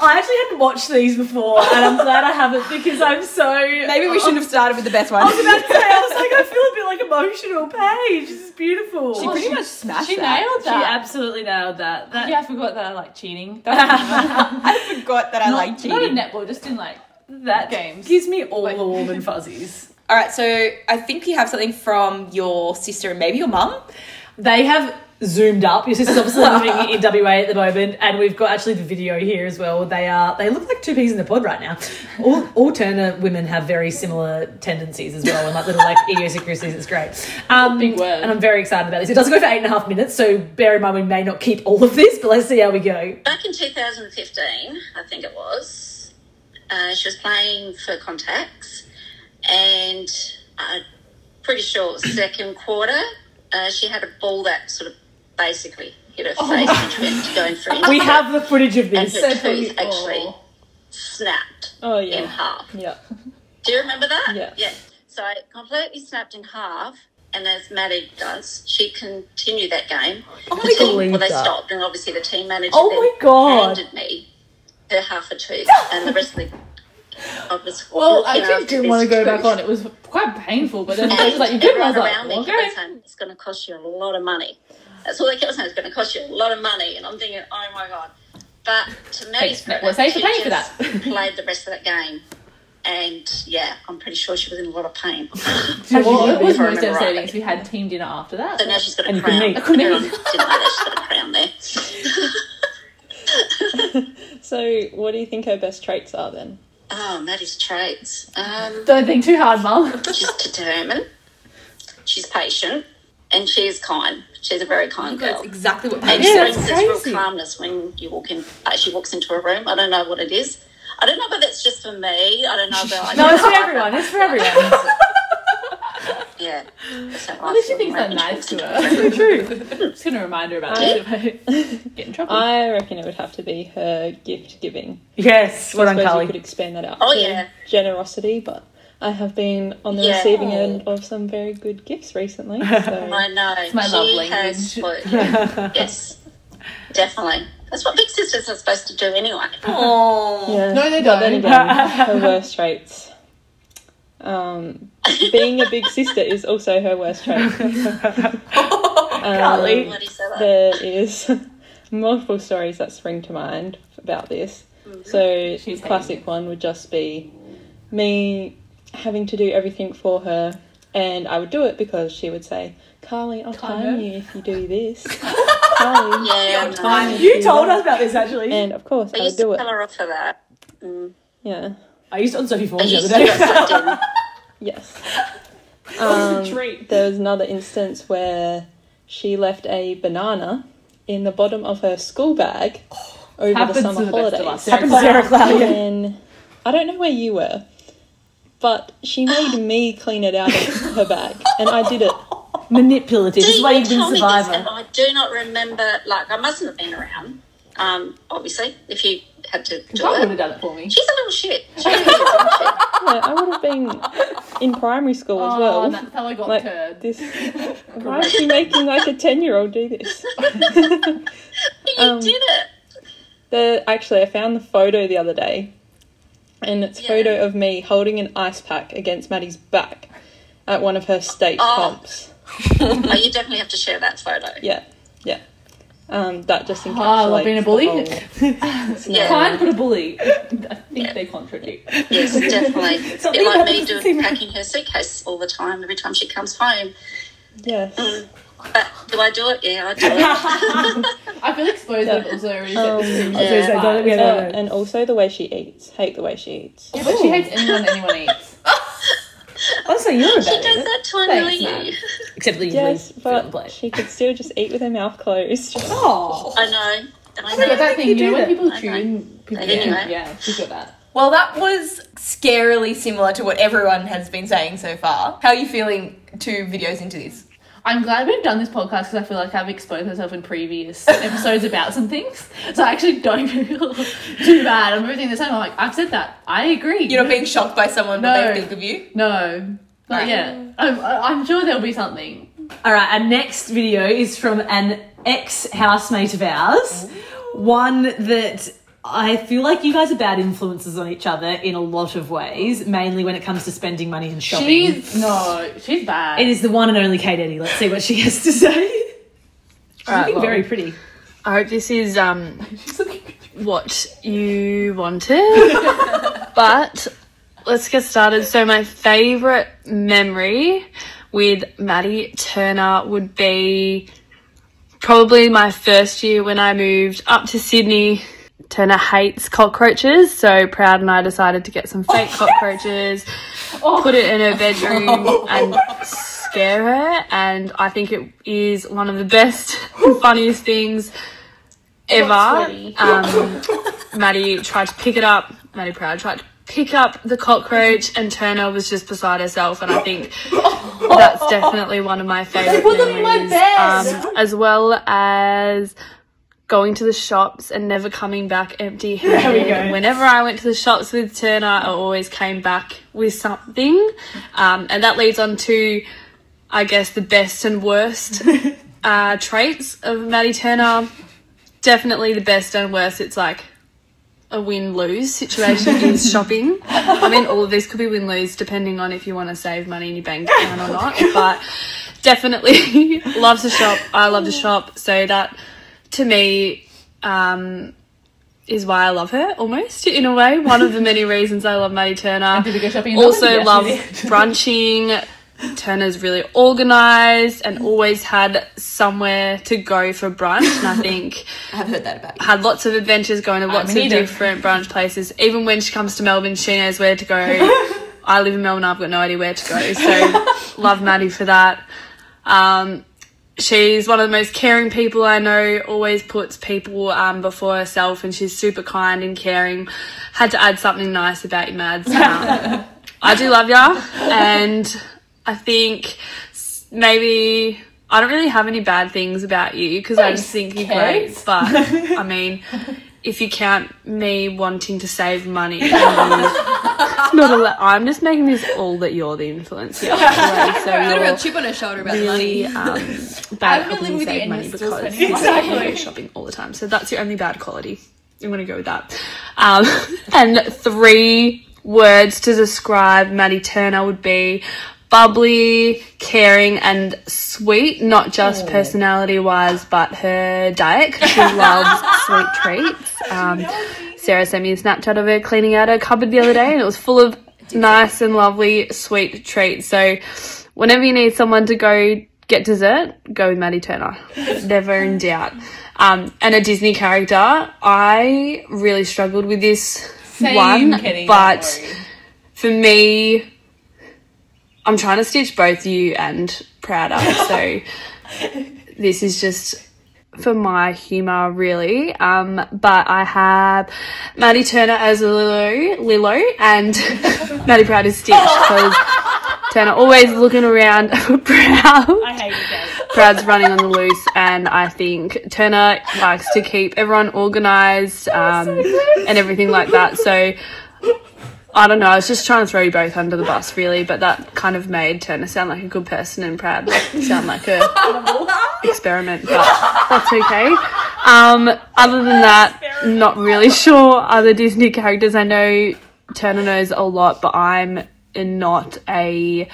S5: I actually hadn't watched these before, and I'm glad I haven't because I'm so.
S4: Maybe we shouldn't have started with the best one.
S5: I was about to say, I was like, I feel a bit like emotional. Paige, this is beautiful.
S4: she pretty much smashed
S6: She
S4: that.
S6: nailed
S5: She
S6: that.
S5: absolutely nailed that. That
S6: yeah, I forgot that I like cheating. That's
S4: I forgot that I like
S6: Not
S4: cheating.
S6: in netball, just in like
S5: that
S6: games.
S5: gives me all the warm and fuzzies.
S4: All right, so I think you have something from your sister and maybe your mum.
S5: They have zoomed up. Your sister's obviously living in WA at the moment, and we've got actually the video here as well. They are they look like two peas in the pod right now. All, all Turner women have very similar tendencies as well, and like little like idiosyncrasies. It's great. Um,
S6: Big word.
S5: And I'm very excited about this. It doesn't go for eight and a half minutes, so bear in mind we may not keep all of this, but let's see how we go.
S9: back in 2015, I think it was, uh, she was playing for Contacts, and I'm pretty sure it was second quarter, uh, she had a ball that sort of basically hit her face, which went going through.
S5: We have the footage of
S9: and
S5: this.
S9: her tooth actually snapped
S6: Oh
S9: in half.
S6: Yeah.
S9: Do you remember that?
S6: Yeah.
S9: So it completely snapped in half, and as Maddie does, she continued that game.
S5: Oh my
S9: until,
S5: God.
S9: well, they stopped, and obviously the team manager
S5: Oh
S9: then
S5: my God.
S9: handed me her half a tooth, and the rest of the. I was
S6: Well,
S9: looking
S6: I
S9: after
S6: actually didn't
S9: this
S6: want to go back
S9: tooth.
S6: on. It was quite painful, but then I was
S9: And
S6: like, you did, and
S9: everyone
S6: I was like,
S9: around me
S6: well,
S9: kept
S6: okay.
S9: on saying, it's going to cost you a lot of money. That's all they kept saying, it's going to cost you a lot of money. And I'm thinking, oh my God. But to Maddie's
S6: Thanks, Matt.
S9: credit,
S6: We're safe
S9: she
S6: for paying for
S9: just
S6: that.
S9: played the rest of that game. And yeah, I'm pretty sure she was in a lot of pain. so
S6: Well, it was
S9: If I
S6: most
S9: remember
S6: devastating
S9: right.
S6: because we had team dinner after that.
S9: now she's got a
S5: And you can
S9: crown.
S5: meet.
S9: I couldn't even- didn't know that she's got a crown there.
S10: So, what do you think her best traits are then?
S9: Oh, Maddie's traits. Um,
S6: Don't think too hard, Mum.
S9: she's determined, she's patient, and she is kind. She's a very kind girl.
S4: That's exactly what
S9: And
S4: Paige
S9: she
S6: Yeah,
S9: brings
S6: that's
S9: this real
S6: crazy.
S9: calmness when you walk in. Uh, she walks into a room. I don't know what it is. I don't know if that's just for me. I don't know about.
S6: No, it's for everyone. It's for everyone.
S9: Yeah. That's how
S6: At
S9: I
S6: least she
S9: feel
S6: thinks
S9: when
S6: I'm
S9: she
S6: nice
S9: walks
S6: to
S9: into
S6: her.
S9: a room.
S6: just gonna remind her about this if I get in trouble.
S10: I reckon it would have to be her gift giving.
S5: Yes, well
S10: I
S5: done,
S10: suppose you could
S5: Carly.
S10: expand that out
S9: Oh,
S10: to
S9: yeah.
S10: generosity, but I have been on the
S9: Yeah.
S10: receiving end of some very good gifts recently. So
S9: I know. It's
S6: my
S9: she
S6: love
S9: Has, what- yes. Definitely. That's what big sisters are supposed to do anyway.
S6: Oh,
S10: yeah.
S6: No, they
S10: But then
S6: don't.
S10: again, her worst traits. Um, being a big sister is also her worst trait. Um,
S9: Why do you say that?
S10: there is multiple stories that spring to mind about this.
S9: Mm-hmm.
S10: So
S6: She's
S10: the classic one would just be me having to do everything for her, and I would do it because she would say, "Carly, I'll time you if you do this." Carly,
S9: yeah, I know.
S10: if
S5: You told
S10: that."
S5: us about this actually.
S10: and of course
S9: I
S10: I would
S9: used to
S10: do it.
S9: tell her off for that. Mm.
S10: Yeah.
S5: I used it on Sophie
S9: I
S5: Ford the
S9: used
S5: other
S9: to do
S5: day.
S9: it, but I didn't.
S10: Yes. Um,
S5: treat.
S10: there was another instance where she left a banana in the bottom of her school bag
S5: Oh,
S10: over the
S6: Happens
S10: summer
S6: to the best of
S10: holidays.
S6: us.
S5: Happened to Sarah Cloud. yeah.
S10: And I don't know where you were, but she made me clean it out of her bag, and I did it.
S5: Manipulative. This is
S9: See,
S5: why
S9: you
S5: you've been
S9: told me this,
S5: survivor.
S9: and I do not remember. Like I mustn't have been around. Um, obviously, if you had to do
S6: Mum would have
S9: it,
S6: done it for me.
S9: she's a little shit. She really is a little shit.
S10: Yeah, I would have been in primary school as
S6: Oh,
S10: well.
S6: that fellow got
S10: like
S6: turned.
S10: this, why is she making like a ten-year-old do this?
S9: But You
S10: Um,
S9: did it.
S10: The actually, I found the photo the other day, and it's a
S9: Yeah.
S10: photo of me holding an ice pack against Maddie's back at one of her state
S9: Oh.
S10: comps.
S9: Oh, you definitely have to share that photo.
S10: Yeah, yeah. Um, that just encapsulates.
S6: I love being Oh, a
S10: the
S6: bully.
S10: whole
S9: Yeah.
S6: Kind but a bully. I think they contradict.
S9: Yes, definitely. It's a bit
S5: Something
S9: like me
S5: happens to
S9: doing
S5: Simran.
S9: packing her suitcase all the time. Every time she comes home, Um,
S10: Yes.
S9: but do I do it? Yeah, I do it.
S6: I feel exposed. I've also already
S10: Um,
S6: said this to you.
S5: I was gonna say, don't let me-
S10: Oh,
S5: no, no.
S10: and also the way she eats. Hate the way she eats.
S6: Yeah, but she hates anyone anyone eats.
S5: Honestly, you're a
S9: She
S5: bad
S9: does
S5: at it.
S9: that to annoy
S6: Thanks,
S9: you.
S5: Except that you
S10: Yes,
S5: yes, film
S10: but
S5: play.
S10: she could still just eat with her mouth closed.
S5: Oh,
S9: I know. I
S6: But
S9: know.
S6: that thing, you
S5: do
S6: know, when
S5: that.
S6: people
S9: I
S6: chew,
S9: know.
S6: and people
S9: They do
S6: chew-
S9: that.
S6: yeah, she's got that.
S4: Well, that was scarily similar to what everyone has been saying so far. How are you feeling two videos into this?
S6: I'm glad we've done this podcast because I feel like I've exposed myself in previous episodes about some things. So I actually don't feel too bad. I'm everything the same. I'm like, I've said that. I agree.
S4: You're not being shocked by someone
S6: No.
S4: what they think of you.
S6: no. But yeah, I'm, I'm sure there'll be something.
S5: All right, our next video is from an ex housemate of ours. One that I feel like you guys are bad influences on each other in a lot of ways, mainly when it comes to spending money and shopping.
S6: She's no, she's bad.
S5: It is the one and only Kate Eddy. Let's see what she has to say. She's looking
S7: well.
S5: very pretty.
S7: I hope this is um what you wanted. but let's get started. So my favorite memory with Maddie Turner would be probably my first year when I moved up to Sydney. Turner hates cockroaches, so Proud and I decided to get some fake cockroaches, put it in her bedroom, and scare her. And I think it is one of the best, and funniest things ever. Um, Maddie tried to pick it up. Maddie Proud tried to pick up the cockroach, and Turner was just beside herself. And I think that's definitely one of my favorite.
S6: put them in my
S7: memories,
S6: bed.
S7: um, as well as going to the shops and never coming back empty handed. Whenever I went to the shops with Turner, I always came back with something. Um, and that leads on to I guess, the best and worst uh, traits of Maddie Turner. Definitely the best and worst. It's like a win lose situation is shopping. I mean, all of these could be win lose depending on if you want to save money in your bank account or not. But definitely love to shop. I love to shop. So that to me um, is why I love her almost in a way. One of the many reasons I love Maddie Turner.
S5: did we go shopping in
S7: also
S5: Melbourne?
S7: love
S5: Yes, we
S7: brunching. Turner's really organised and always had somewhere to go for brunch. And I think
S6: I have heard that about you.
S7: had lots of adventures going to lots of
S5: neither.
S7: different brunch places. Even when she comes to Melbourne, she knows where to go. I live in Melbourne, I've got no idea where to go. So love Maddie for that. Um, she's one of the most caring people I know, always puts people um, before herself, and she's super kind and caring. Had to add something nice about you, Mads. Um, I do love ya, and I think s- maybe. I don't really have any bad things about you because I just think you're great. But I mean, if you count me wanting to save money, I mean, it's not a lot. I'm just making this all that you're the influencer. Anyway, so
S6: Got a
S7: you're
S6: real chip on her shoulder about the money.
S7: really um, bad at
S11: been
S7: helping
S11: living
S7: me
S11: with you
S7: save
S11: and
S7: money
S11: you're still
S7: because
S11: spending money.
S7: I go shopping all the time. So that's your only bad quality. I'm gonna go with that. Um, and three words to describe Maddie Turner would be bubbly, caring, and sweet. Not just personality wise, but her diet. 'cause She loves sweet treats. Um, Sarah sent me a Snapchat of her cleaning out her cupboard the other day, and it was full of nice and lovely sweet treats. So, whenever you need someone to go get dessert, go with Maddie Turner. Never in doubt. Um, and a Disney character, I really struggled with this one,
S6: Kenny, don't
S7: but for me, I'm trying to stitch both you and Proud up. So, this is just for my humor really um but i have maddie turner as lilo lilo and maddie proud as stitch because turner always looking around for proud
S5: hate you guys.
S7: proud's running on the loose and i think turner likes to keep everyone organized um and everything like that so I don't know. I was just trying to throw you both under the bus, really, but that kind of made Turner sound like a good person and Proud sound like a experiment, but that's okay. Um, other than that, not really sure other Disney characters. I know Turner knows a lot, but I'm not a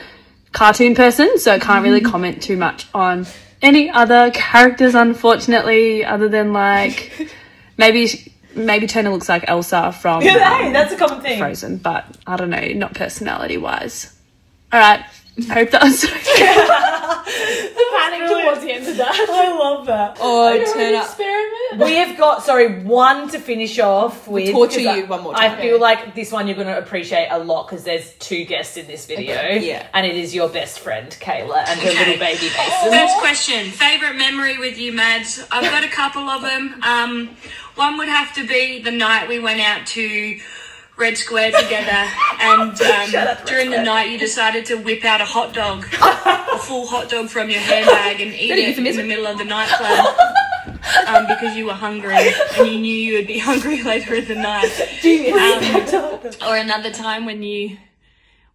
S7: cartoon person, so I can't really
S5: Mm.
S7: comment too much on any other characters, unfortunately, other than like maybe maybe Turner looks like Elsa from um,
S5: Hey, that's a common thing.
S7: Frozen, but I don't know, not personality wise. All right, hope that was okay.
S11: Panic towards the end of that.
S5: I love that.
S4: Oh,
S6: Or turn up.
S11: Experiment.
S5: We have got Oh, sorry one to finish off with.
S6: Torture
S5: 'cause I-
S6: you one more
S5: I
S6: time.
S5: feel like this one you're going to appreciate a lot because there's two guests in this video.
S6: yeah. Oh,
S5: And it is your best friend, Kayla, and her little baby Mason.
S12: First question. Favorite memory with you, Mads? I've got a couple of them. Um, one would have to be the night we went out to Red Square together, and um, during the night you decided to whip out a hot dog, a full hot dog from your handbag, and eat it in the middle of the nightclub. Um, because you were hungry and you knew you would be hungry later in the night. Um, or another time when you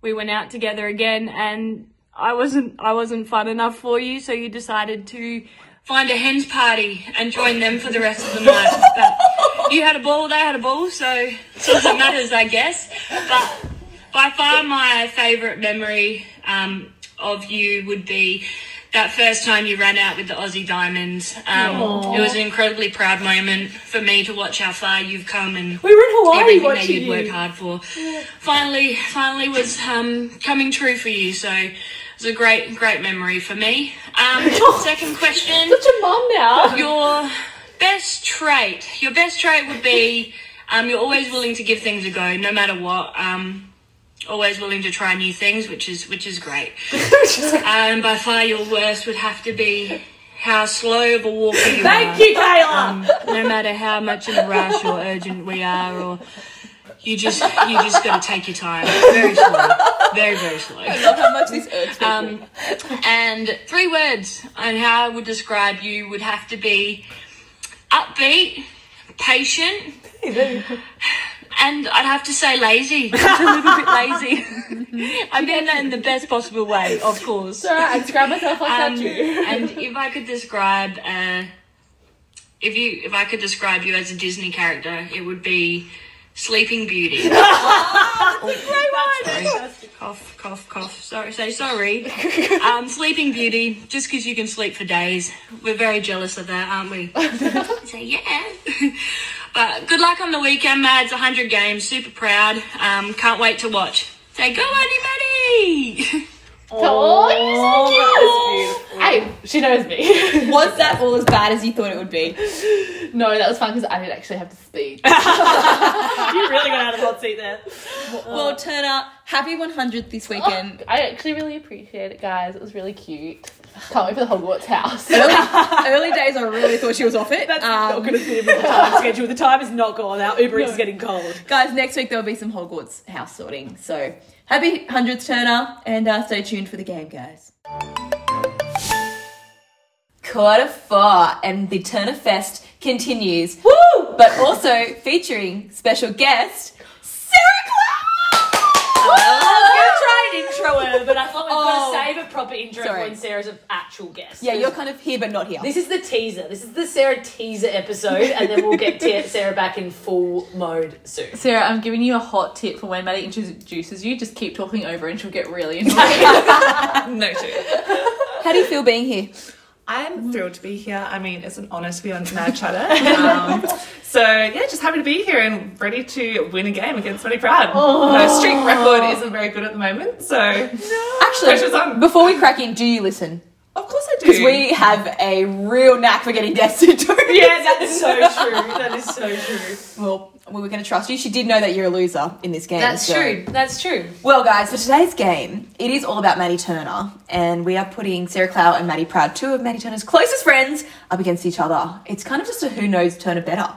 S12: we went out together again and I wasn't I wasn't fun enough for you, so you decided to find a hens party and join them for the rest of the night. But you had a ball, they had a ball, so it's all that matters, I guess. But by far my favourite memory um, of you would be that first time you ran out with the Aussie Diamonds. Um, it was an incredibly proud moment for me to watch how far you've come and
S5: We were in Hawaii
S12: everything that
S5: watching
S12: you'd worked
S5: you.
S12: hard for. Finally, finally was um, coming true for you. So it was a great, great memory for me. Um, second question:
S11: Your Oh, mum now.
S12: Your best trait. Your best trait would be um, you're always willing to give things a go, no matter what. Um, always willing to try new things, which is which is great. And by far, your worst would have to be. How slow of a walker you are Um,
S5: Thank you, Kayla.
S12: no matter how much in a rush or urgent we are or you just you just got to take your time very slow very very slow
S6: How much this irks me.
S12: um, and three words on how I would describe you would have to be upbeat patient and I'd have to say lazy, just a little bit lazy. I mean that in the best possible way, of course.
S6: I describe myself like
S12: Um, and if I could describe, uh, if you, if I could describe you as a Disney character, it would be Sleeping Beauty. cough, cough, cough. Sorry, say sorry. um, Sleeping Beauty, just because you can sleep for days. We're very jealous of that, aren't we? so yeah. but good luck on the weekend, Mads. 100 games. Super proud. Um, can't wait to watch. Say go, anybody!
S6: Oh, you so cute. Hey, she knows me.
S4: Was that all as bad as you thought it would be?
S6: no, that was fun because I didn't actually have to speak.
S5: You really got out of the hot seat there. Uh,
S4: Well, Turner, happy 100th this weekend.
S6: Oh, I actually really appreciate it, guys. It was really cute. Can't wait for the Hogwarts house.
S4: Early days, I really thought she was off it.
S5: That's
S4: Um,
S5: not going to fit in with the time schedule. The time is not gone out. Uber Eats is getting cold.
S4: guys, next week there'll be some Hogwarts house sorting. So happy 100th, Turner, and uh, stay tuned for the game, guys. Quarter four, and the Turner Fest continues. Woo! But also featuring special guest, Sarah
S5: I
S4: Clark!
S5: was going to uh, try an intro her, but I thought we've
S4: Oh.
S5: got to save a proper intro for
S4: Sorry.
S5: when Sarah's an actual guest.
S4: Yeah, you're kind of here, but not here.
S5: This is the teaser. This is the Sarah teaser episode, and then we'll get Te- Sarah back in full mode soon.
S6: Sarah, I'm giving you a hot tip for when Maddie introduces you. Just keep talking over and she'll get really annoyed.
S4: How do you feel being here?
S11: I'm thrilled to be here. I mean, it's an honour to be on Mad Chatter. Um, so yeah, just happy to be here and ready to win a game against Buddy Brad. My streak record isn't very good at the moment, so pressure's
S4: Actually,
S11: on.
S4: before we crack in, do you listen?
S11: of course I do.
S4: Because we have a real knack for getting guests to do
S5: Yeah, that is so true. That is so true.
S4: Well, we were going to trust you. She did know that you're a loser in this game.
S5: That's
S4: so-
S5: true. That's true.
S4: Well, guys, for today's game, it is all about Maddie Turner, and we are putting Sarah Clow and Maddie Proud, two of Maddie Turner's closest friends, up against each other. It's kind of just a who knows Turner better.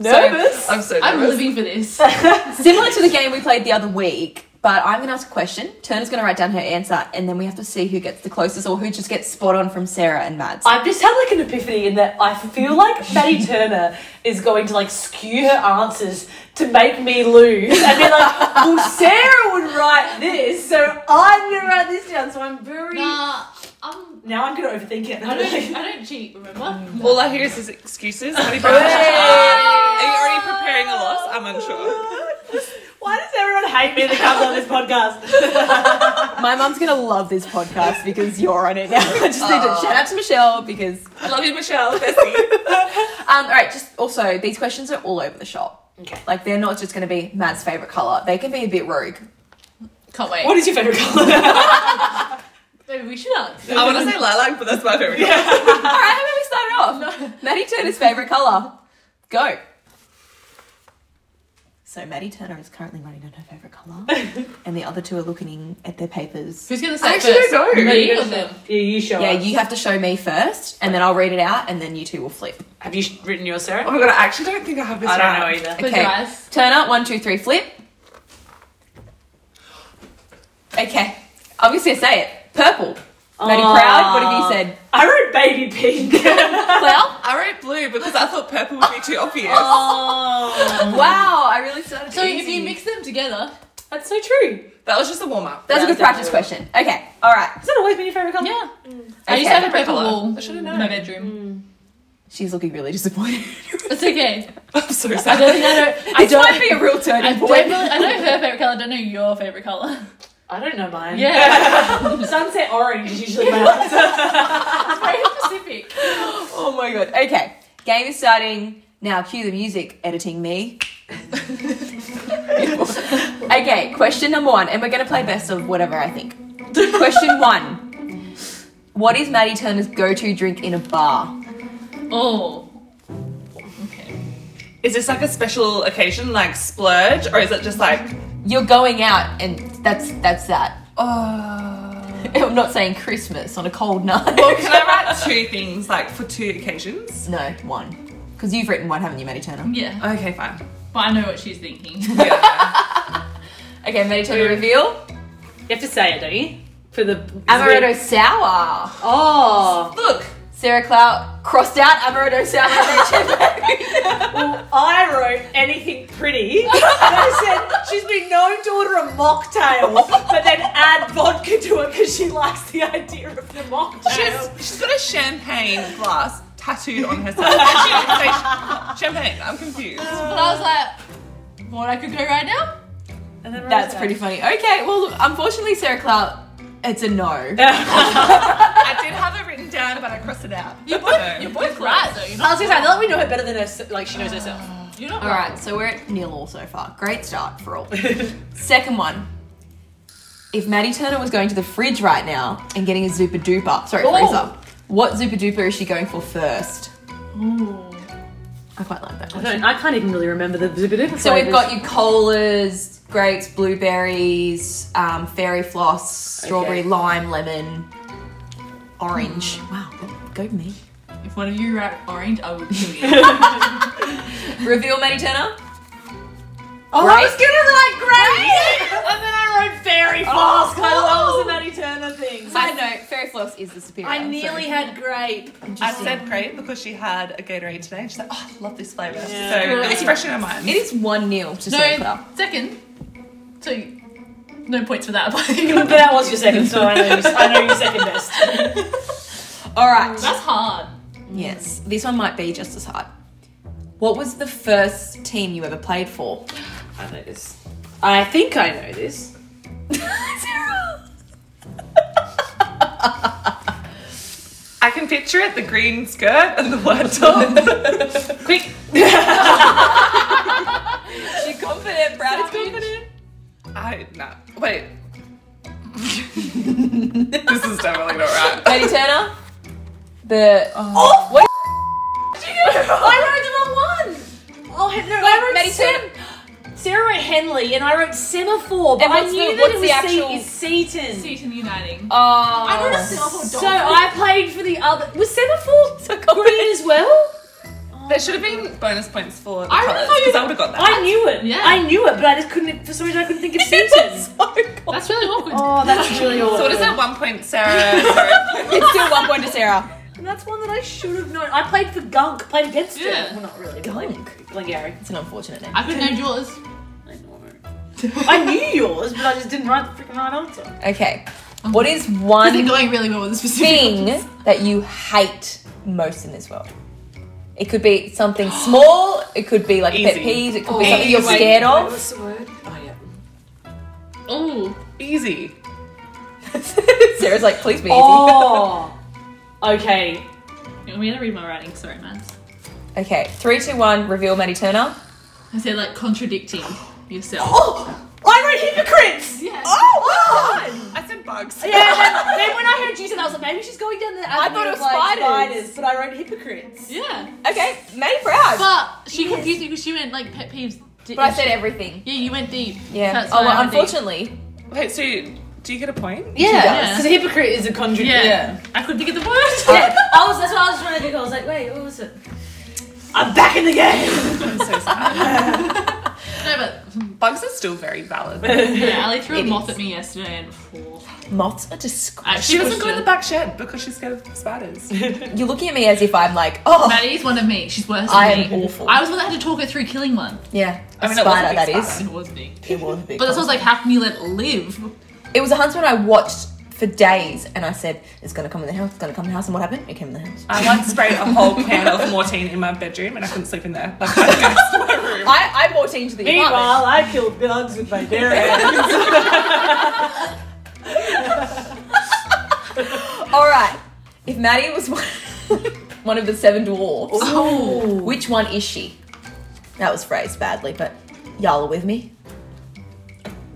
S6: Nervous?
S11: I'm so
S6: I'm
S11: nervous.
S6: living for this.
S4: Similar to the game we played the other week, but I'm going to ask a question. Turner's going to write down her answer, and then we have to see who gets the closest or who just gets spot on from Sarah and Mads.
S5: I've just had like an epiphany in that I feel like Maddie Turner is going to like skew her answers to make me lose and be like, well, Sarah would write this, so I'm gonna write this down. So I'm very
S6: Nah, I'm,
S5: now I'm gonna overthink it.
S6: I, don't, I don't cheat, remember?
S11: All I hear is his excuses. Buddy Brad. Are you already preparing a loss? I'm unsure.
S5: Why does everyone hate me that comes on this podcast?
S4: My mum's going to love this podcast because you're on it now. I just need to shout out to Michelle because
S11: Love you, Michelle. Bessie.
S4: Um, all right, just also, these questions are all over the shop. Okay. Like, they're not just going to be Matt's favourite colour. They can be a bit rogue.
S6: Can't wait.
S5: What is your favourite colour?
S6: Maybe we should answer.
S11: I want to say lilac, but that's my favorite. Yeah.
S4: all right, how about we start it off? Maddie Turner's favourite colour. Go. So, Maddie Turner is currently running on her favourite colour, and the other two are looking at their papers.
S6: Who's going to
S11: I
S6: say
S11: actually
S6: first?
S11: don't know.
S6: Me or them?
S5: yeah, you show
S4: Yeah,
S5: us.
S4: you have to show me first, and then I'll read it out, and then you two will flip.
S5: Have you sh- written yours, Sarah?
S11: Oh my god, I actually don't think I have this. right.
S5: either.
S6: Close your eyes.
S4: Turn up, one, two, three, flip. Okay. I'm just going to say it. Purple. Maddie Proud, what
S5: Ah.
S4: have you said?
S5: I wrote baby pink.
S4: Well,
S11: I wrote blue because I thought purple would be too obvious. Oh.
S4: Wow, I really started.
S6: Oh. So if you mix them together,
S5: That's so true.
S11: That was just a warm up.
S4: that's a good practice question. Okay, all right.
S5: Has that always been your favourite colour?
S6: yeah.
S11: Mm.
S6: I used to have a paper wall in my bedroom.
S4: Mm. She's looking really disappointed.
S6: It's okay.
S11: I'm so
S6: I
S11: sad.
S6: don't think I know. I
S4: This
S6: don't.
S4: might be a real
S6: I,
S4: turning
S6: don't
S4: point.
S6: really, I know her favorite color. I don't know your favorite color.
S5: I don't know mine.
S6: Yeah,
S5: Sunset orange is usually my answer.
S6: it's very specific.
S4: Oh my god. Okay, game is starting now. Cue the music. Editing me. okay, question number one, and we're gonna play best of whatever I think. Question one: What is Maddie Turner's go-to drink in a bar?
S6: Oh. Okay.
S11: Is this like a special occasion, like splurge, or is it just like
S4: You're going out, and that's that's that. Oh. I'm not saying Christmas on a cold night.
S11: Well, can I write two things like for two occasions?
S4: No, one. Because you've written one, haven't you, Maddie Turner?
S6: Yeah,
S11: Okay, fine.
S6: but I know what she's thinking.
S4: Okay, Maddie Turner reveal.
S5: You have to say it, don't you? For the
S4: Amaretto sour.
S5: Oh,
S11: Look,
S4: Sarah Clout crossed out Amaretto Sour
S5: well, I wrote anything pretty. And I said she's been known to order a mocktail, but then add vodka to it because she likes the idea of the mocktail.
S11: She's, she's got a champagne glass tattooed on herself. Actually, I say sh- champagne. I'm confused.
S4: But I was like, what I could go right now? That's pretty funny. Okay, well, look, unfortunately, Sarah Clout, it's a no.
S11: I did have it written down, but I crossed it out.
S4: You're both, you're both right, though. You're Uh,
S5: I was gonna say, they let me know her better than her, like she knows herself. You're not
S4: All right, so we're at nil all so far. Great start for all. Second one. If Maddie Turner was going to the fridge right now and getting a Zupa Duper, sorry,
S5: Ooh.
S4: freezer, what Zupa Duper is she going for first? I quite like that
S5: I,
S4: question.
S5: don't, I can't even really remember the Zubiduper
S4: So we've got your colas, grapes, blueberries, um, fairy floss, strawberry,
S5: Okay.
S4: lime, lemon, orange. Mm, Wow, go me.
S6: If one of you write orange, I will kill you.
S4: Reveal Maddie Turner.
S5: Oh, I was
S4: gonna like grape.
S5: and then I wrote fairy floss. Kyle, that was a Maddie Turner thing.
S4: Oh. Side note: fairy floss is the superior.
S5: I nearly
S4: so-
S5: had grape.
S11: I said grape because she had a Gatorade today. and She's like, oh, I love this flavour.
S6: Yeah.
S11: So it's fresh in her mind.
S4: It is one nil to
S6: no,
S4: Sarah Clout.
S6: second. So you- no points for that.
S5: but that was your second, so I know you, I know you're second best.
S4: All right.
S6: That's hard.
S4: Yes, this one might be just as hard. What was the first team you ever played for?
S5: I know this. I think I know this.
S4: Sarah.
S11: I can picture it the green skirt and the word top.
S5: Quick,
S4: She confident, Brad.
S11: I, no. Wait. this is definitely not right.
S4: Katie Turner. The oh, what? I wrote the wrong one.
S5: Oh, he- no,
S4: Wait,
S5: I wrote
S4: Maddie
S5: Sem- Sarah wrote Henley, and I wrote semaphore, but
S4: And
S5: I
S4: what's
S5: knew
S4: the-
S5: that it
S4: what's
S5: was
S4: the actual-
S5: Se- it's Seaton.
S6: Seaton uniting.
S4: Oh,
S6: I wrote a syllable
S5: So I played for the other. Was semaphore green as well?
S11: There should have been bonus points for the
S6: I really
S11: colours
S6: thought you-
S11: because I would have got that.
S5: I knew it.
S6: Yeah.
S5: I knew it, but I just couldn't. e- For some reason, I couldn't think of Seaton.
S6: That's really awkward.
S5: oh, that's really awful.
S11: So what is that? One point, Sarah. Sarah.
S4: It's still one point to Sarah.
S5: And that's one that I should have known. I played for Gunk. Played against
S6: Yeah.
S5: it. Well, not really. but Played Glengarry.
S4: It's an unfortunate name.
S6: I could know yours.
S5: I know. I knew yours, but I just didn't write the freaking right answer.
S4: Okay, what is
S6: Is it
S4: one
S6: going really well with the specific
S4: thing
S6: ones?
S4: that you hate most in this world? It could be something small. It could be like a pet
S11: Easy.
S4: peeve. It could
S6: Oh,
S4: be something you're
S6: wait,
S4: scared of.
S5: the word? Oh yeah.
S6: Oh,
S11: Easy.
S4: Sarah's like, please be easy.
S5: Oh. okay.
S6: I'm gonna read my writing. Sorry, man.
S4: Okay, three, two, one. Reveal Maddie Turner.
S6: I said like contradicting yourself.
S5: Oh, I wrote hypocrites.
S6: Yeah.
S5: Oh. God.
S11: I said bugs.
S5: Yeah, then, then when I heard you say that, I was like, maybe she's going down the avenue
S4: thought it
S5: of,
S4: was
S5: like,
S4: spiders.
S5: but I wrote hypocrites.
S6: Yeah.
S4: Okay, Maddie Proud.
S6: But she confused me because she went like pet peeves. Di-
S4: But I said everything.
S6: yeah, you went deep.
S4: Yeah.
S6: That's
S4: oh,
S6: why I
S4: well,
S6: went deep.
S4: unfortunately.
S11: Wait, so do you get a point?
S4: She does.
S6: Yeah.
S5: Because a hypocrite is a conjure.
S6: Yeah.
S4: Yeah.
S6: I couldn't think of the word.
S5: Yeah, I was, that's what I was trying to think. I was like, wait, what was it? I'm back in the game.
S11: I'm so sad.
S6: no, but
S11: bugs are still very valid.
S6: yeah, Ali threw a
S4: It
S6: moth
S4: is.
S6: at me yesterday and oh,
S4: Moths are disgusting.
S6: I
S11: She doesn't
S6: pushed
S11: go in
S6: her.
S11: the back shed because she's scared of spiders.
S4: You're looking at me as if I'm like, oh,
S6: Maddie's one of me. She's worse than
S4: I am
S6: me.
S4: awful.
S6: I was the one that had to talk her through killing one.
S4: yeah, a
S11: mean, it was a
S4: spider
S11: big
S4: that is.
S11: spider.
S6: It was me.
S4: It was a big.
S6: But this was like, how can you let it live?
S4: it was a huntsman I watched for days, and I said, it's gonna come in the house, it's gonna come in the house, and what happened? It came in the house.
S11: I once sprayed a whole can of mortine in my bedroom and I couldn't sleep in there. Like, I guess my room.
S4: I, I walked into the apartment.
S5: Meanwhile, I killed bugs with my bare hands.
S4: All right, if Maddie was one, one of the seven dwarves, which one is she? That was phrased badly, but y'all are with me.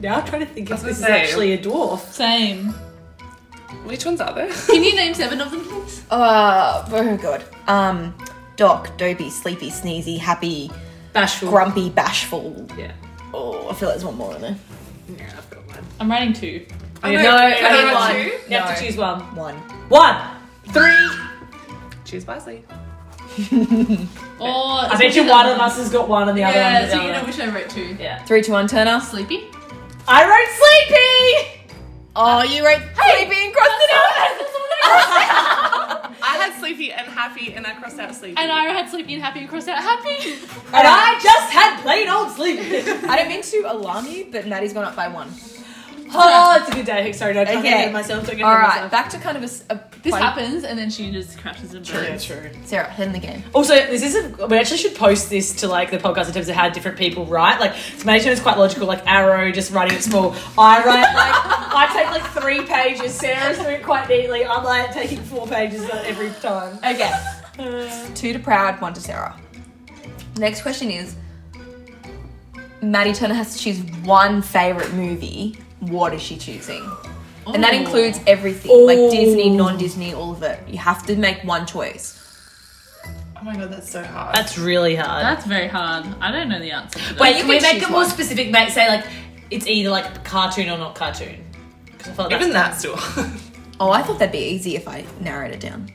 S5: Now I'm trying to think if
S11: That's
S5: this is
S11: what I say.
S5: actually a dwarf.
S6: Same.
S11: Which ones are there?
S6: Can you name seven of them, please?
S4: Uh, oh god. Um, Doc, Dopey, Sleepy, Sneezy, Happy,
S5: Bashful.
S4: Grumpy, Bashful.
S11: Yeah.
S4: Oh, I feel like there's one more in there.
S11: Yeah, I've got one.
S6: I'm writing two.
S11: Oh, no,
S5: No,
S11: I
S5: I need
S11: got
S5: one.
S11: two.
S5: You have to choose one.
S4: One.
S5: One.
S11: Choose wisely.
S6: Or
S5: I bet you one of us has got one and the other one
S6: Uh, Yeah,
S5: has
S6: so
S5: the
S6: you know
S5: other.
S6: which I wrote two.
S5: Yeah.
S4: Three, two, one, Turner.
S6: Sleepy.
S5: I wrote sleepy.
S4: Oh, you wrote Sleepy and crossed it out.
S11: I had sleepy and happy, and I crossed out sleepy.
S6: And I had sleepy and happy and crossed out happy.
S11: And I just had plain old
S4: sleep. I don't mean to alarm you, but Maddie's gone up by one.
S5: Oh, it's a good day. Sorry, don't talk ahead of myself. Don't get ahead of myself.
S4: back to kind of a s- a.
S6: This
S4: point.
S6: happens, and then she just crashes and burns.
S5: True, true.
S4: Sarah, head in the game.
S5: Also, this is a, we actually should post this to like the podcast in terms of how different people write. Like, Maddie is quite logical. Like arrow, just writing it small. I write like I take like three pages. Sarah's doing it quite neatly. I'm like taking four pages every time.
S4: Okay. Two to Proud, one to Sarah. Next question is Maddie Turner has to choose one favourite movie. What is she choosing? And that
S6: Ooh.
S4: includes everything like Disney, non Disney, all of it. You have to make one choice.
S11: Oh my god, that's so hard.
S5: That's really hard.
S6: That's very hard. I don't know the answer. To that.
S5: Wait, can we make it more specific? Mate, say like it's either like cartoon or not cartoon. 'Cause I feel like
S11: Even
S5: that's-
S11: that's still.
S4: Oh, I thought that'd be easy if I narrowed it down.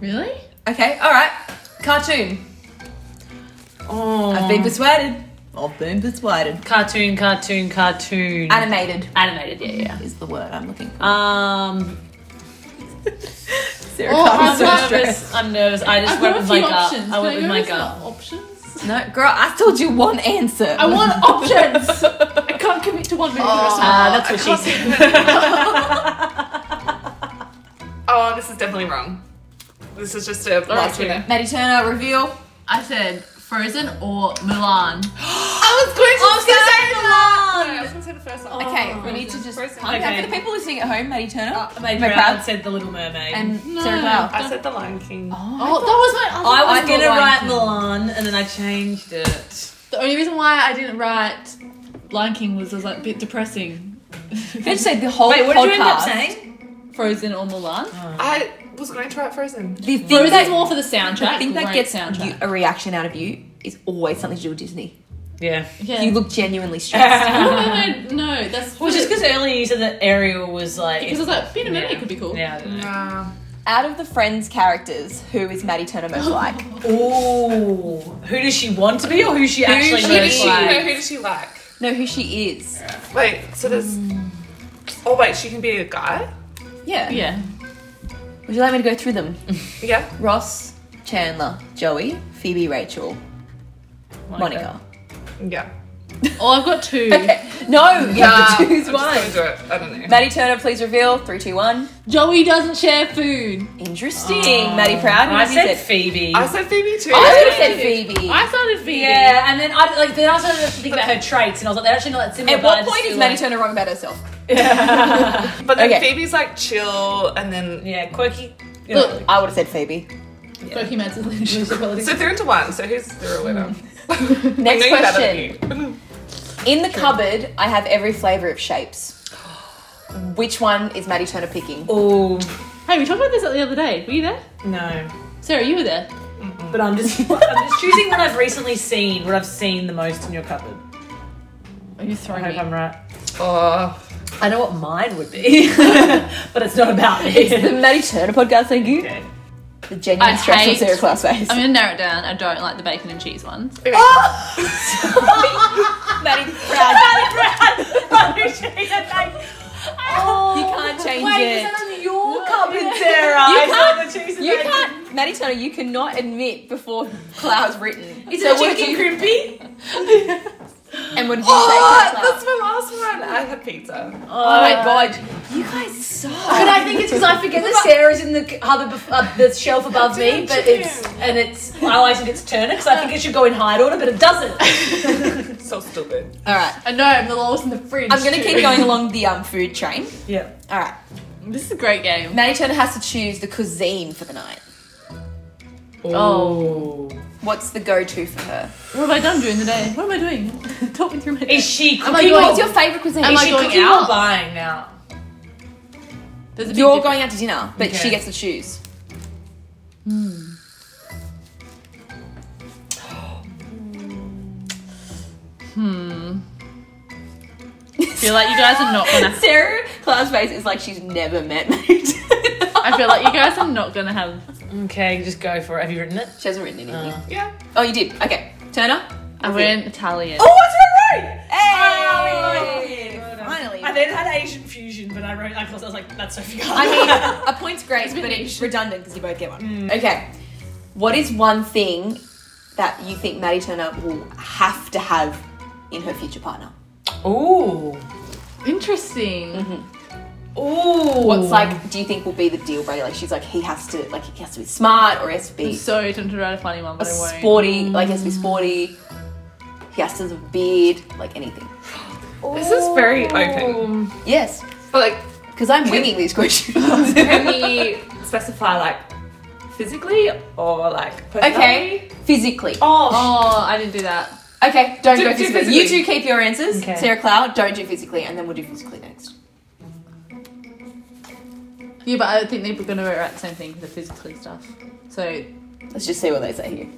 S6: Really?
S4: Okay, alright. Cartoon.
S5: Oh.
S4: I've been persuaded. I've been persuaded.
S5: Cartoon, cartoon, cartoon.
S4: Animated
S5: Animated, yeah,
S4: is the word I'm looking for.
S5: yeah. Um,
S4: Sarah
S5: oh,
S4: Carter's
S5: I'm
S4: so
S5: nervous.
S4: stressed.
S5: I'm nervous. I just
S6: I've
S5: went
S6: got a
S5: with my
S6: few
S5: gut.
S6: options.
S5: I
S6: Can
S5: went with
S6: go
S5: my
S6: with
S5: gut.
S6: the Options.
S4: No, girl, I told you one answer.
S6: I want options. I can't commit to one movie.
S5: Ah, that's what she said.
S11: Oh, this is definitely wrong. This is just a last minute.
S4: Maddie Turner, reveal.
S6: I said Frozen or Mulan. Oh,
S4: I was going to
S11: I was gonna say the first one.
S4: Oh,
S11: Oh,
S4: Okay, we need to just calm
S5: Okay. Uh,
S4: down. For the people listening at home, Maddie Turner,
S5: Made
S4: my
S5: Proud
S4: proud,
S5: said The Little Mermaid.
S4: and Sarah Clow.
S11: I said the Lion King.
S6: Oh, that was my.
S5: I was
S4: I
S5: gonna
S4: thought Lion
S5: write Milan and then I changed it.
S6: The only reason why I didn't write Lion King was it was like a bit depressing.
S4: You can say the whole
S5: Wait, what
S4: podcast.
S5: did you end up saying?
S6: Frozen or Mulan.
S11: I was going to write Frozen.
S4: The thing
S6: Frozen's
S4: that,
S6: more for the soundtrack.
S4: the thing that
S6: great
S4: gets
S6: soundtrack.
S4: you, a reaction out of you is always something to do with Disney.
S5: Yeah.
S6: yeah.
S4: You look genuinely stressed.
S6: No, no, no, no, that's
S5: Well, just because earlier you said that Ariel was like.
S6: because I was like, being a mermaid could be cool.
S5: yeah, I don't know.
S4: out of the Friends characters, who is Maddie Turner most like?
S5: Ooh. Who does she want to be or who she actually
S11: Who did
S5: knows
S11: she?
S5: like?
S11: No, who did she like?
S4: No, who she is.
S11: Wait, so there's.
S4: Hmm.
S11: Oh wait, she can be a guy.
S4: Yeah.
S6: Yeah.
S4: Would you like me to go through them?
S11: Yeah.
S4: Ross, Chandler, Joey, Phoebe, Rachel, Monica.
S11: Yeah.
S6: Oh, I've got two.
S4: Okay. No, you have
S11: Oh,
S4: to
S11: I'm
S4: choose
S11: just
S4: one.
S11: gonna do it. I don't know.
S4: Maddie Turner, please reveal. Three, two, one.
S6: Joey doesn't share food.
S4: Interesting. Maddie Proud. Who
S5: Oh. I
S4: has
S5: said
S4: it?
S5: Phoebe.
S11: I said Phoebe too.
S4: I would have said Phoebe.
S6: I started Phoebe.
S5: yeah, and then I like then I started to think about her traits, and I was like, they're actually not that similar.
S4: At what point is Maddie Turner wrong about herself?
S11: But then
S4: Okay.
S11: Phoebe's like chill, and then
S5: Yeah, quirky.
S6: Look,
S4: I would have said Phoebe.
S6: Pokemon is leadership
S11: so they're into one. So who's the real winner?
S4: Hmm. Next
S11: I know you're better than
S4: question. In the cupboard, I have every flavour of shapes. Which one is Maddie Turner picking?
S5: Oh
S6: Hey, we talked about this the other day. Were you there?
S5: no.
S6: Sarah, you were there.
S5: But I'm just I'm just choosing what I've recently seen, what I've seen the most in your cupboard.
S6: Are you
S5: I
S6: throwing
S5: hope I'm right.
S11: Oh,
S5: I know what mine would be, but it's not about me.
S4: The Maddie Turner podcast, thank you.
S5: Okay.
S4: The genuine
S6: I
S4: stress on
S6: hate-
S4: Sarah Class face.
S6: I'm gonna narrow it down. I don't like the bacon and cheese ones.
S5: Oh!
S4: Maddie Proud.
S5: Oh,
S4: You can't change
S5: wait,
S4: it.
S5: is that on your cupboard, Sarah? You can't. The cheese
S4: You can't, Maddie Turner, you cannot admit before Cloud's written.
S5: Is
S4: So
S5: it
S4: what did
S5: chicken
S4: you-
S5: crimpy?
S4: And what did you say?
S11: oh
S4: Cloud?
S11: that's my last one. I had pizza.
S4: Oh my god. You guys
S5: But
S4: suck.
S5: I think it's because I forget that Sarah's in the c- other bef- uh, the shelf above me, but it's and it's I always think it's Turner because I think it should go in hide order, but it doesn't.
S11: So stupid.
S4: Alright.
S6: I know, and the lol's in the fridge.
S4: I'm gonna
S6: too.
S4: keep going along the um, food train.
S5: Yeah.
S4: Alright.
S6: This is a great game.
S4: Maddie Turner has to choose the cuisine for the night.
S5: Oh.
S4: What's the go-to for her?
S6: What have I done during the day? What am I doing? Talk me through my day.
S5: Is she cooking?
S6: Am I going-
S5: or-
S4: Oh What's your favourite cuisine?
S6: Am
S5: is
S6: I
S5: she
S6: going
S5: cooking
S6: out?
S5: or buying now?
S6: There's a big
S4: You're
S6: difference.
S4: going out to dinner, but she
S5: Okay.
S4: gets to choose.
S6: Hmm. Hmm. I feel like you guys are not gonna.
S4: Sarah Cloud's face is like she's never met Maddie Turner.
S6: I feel like you guys are not gonna have.
S5: Okay, just go for it. Have you written it? Uh,
S4: She hasn't written anything.
S11: Yeah.
S4: Oh, you did. Okay. Turner.
S6: I went Italian.
S4: Oh, what's her room? Hey!
S13: Finally.
S5: I then had Asian fusion, but I wrote that because I was like, that's so far.
S4: I mean, a point's great, but it's redundant because you both get one.
S6: Mm.
S4: Okay. What is one thing that you think Maddie Turner will have to have in her future partner?
S5: Ooh.
S6: Interesting.
S5: Ooh.
S4: Mm-hmm. What's like, do you think will be the deal breaker? Like, she's like, he has to, like, he has to be smart or he has to
S6: I'm
S4: be
S6: so tempted to write a funny one,
S4: a
S6: but I won't.
S4: sporty, like, he has to be sporty. He has to have a beard, like, anything.
S11: This is very open.
S4: Yes.
S11: But like,
S4: Because I'm winging these questions.
S11: can we specify like physically or like personality?
S4: okay. Physically.
S11: Oh,
S6: Oh, I didn't do that.
S4: Okay, don't
S11: Do-
S4: go
S11: do
S4: physically.
S11: physically.
S4: You two keep your answers.
S5: Okay.
S4: Sarah Cloud, don't do physically, and then we'll do physically next.
S6: Yeah, but I think they're gonna write the same thing, the physically stuff. So
S4: Let's just see what they say here.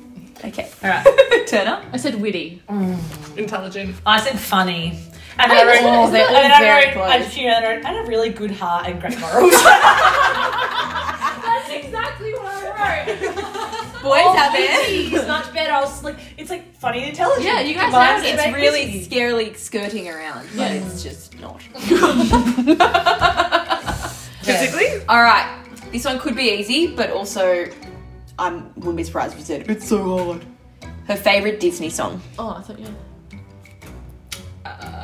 S4: Okay.
S5: All right.
S4: Turner.
S6: I said witty.
S11: intelligent.
S5: I said funny. And then I wrote,
S4: Oh, they're all
S5: and then I
S4: very
S5: wrote, I,
S4: close.
S5: you know, I wrote, and a really good heart and great
S4: Oh,
S5: morals.
S6: That's exactly what I wrote.
S4: Boys out there.
S5: Oh, It's much better. I was like, it's like funny and intelligent.
S6: Yeah, you guys
S5: Mine's
S6: have it.
S5: about
S4: It's really
S5: busy.
S4: scarily skirting around, but it's just not.
S11: Physically?
S4: All right. This one could be easy, but also I wouldn't be surprised if you said it's so hard. Her favorite Disney song.
S6: Oh, I thought you. Yeah.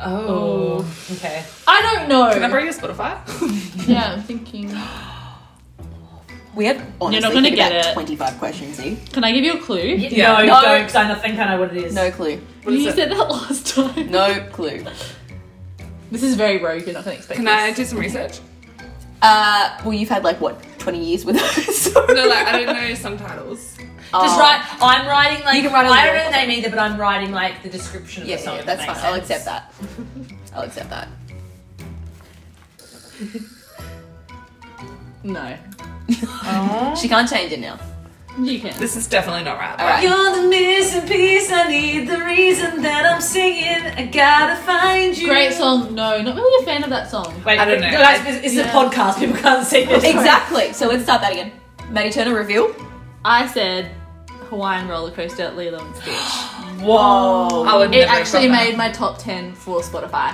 S5: Oh. Okay.
S6: I don't know.
S11: Can I bring a Spotify?
S6: yeah, I'm thinking.
S4: We have honestly
S6: not gonna
S4: been
S6: get
S4: about
S6: it.
S4: 25 questions eh? here.
S6: Can I give you a clue?
S5: No,
S4: No.
S5: don't, because I think I know what it is.
S4: No clue.
S6: you said that last time.
S4: No clue.
S6: This is very rogue. You're not gonna expect.
S11: Can
S6: this.
S11: I do some research?
S4: Uh, well, you've had like what 20 years with us. so-
S11: No, like I don't know some titles.
S4: Oh.
S5: Just write. I'm writing like.
S4: You can write on
S5: I
S4: the
S5: don't know
S4: wall.
S5: the name either, but I'm writing like the description of
S4: Yeah,
S5: the
S4: yeah,
S5: song.
S4: yeah,
S5: if
S4: that's
S5: that
S4: fine.
S5: makes
S4: I'll
S5: sense.
S4: accept that. I'll accept that.
S6: No.
S4: She can't change it now.
S6: You can.
S11: This is definitely not right.
S4: All right.
S5: You're the missing piece. I need the reason that I'm singing. I gotta find you.
S6: Great song. No, not really a fan of that song.
S5: Wait,
S11: I don't know.
S5: Guys, this this is a
S6: Yeah.
S5: podcast. People can't see this.
S4: Exactly. So let's start that again. Maddie Turner reveal.
S6: I said Hawaiian roller coaster at Leland's Beach.
S5: Whoa.
S11: I would
S6: it
S11: never have
S6: actually
S11: got that.
S6: made my top ten for Spotify.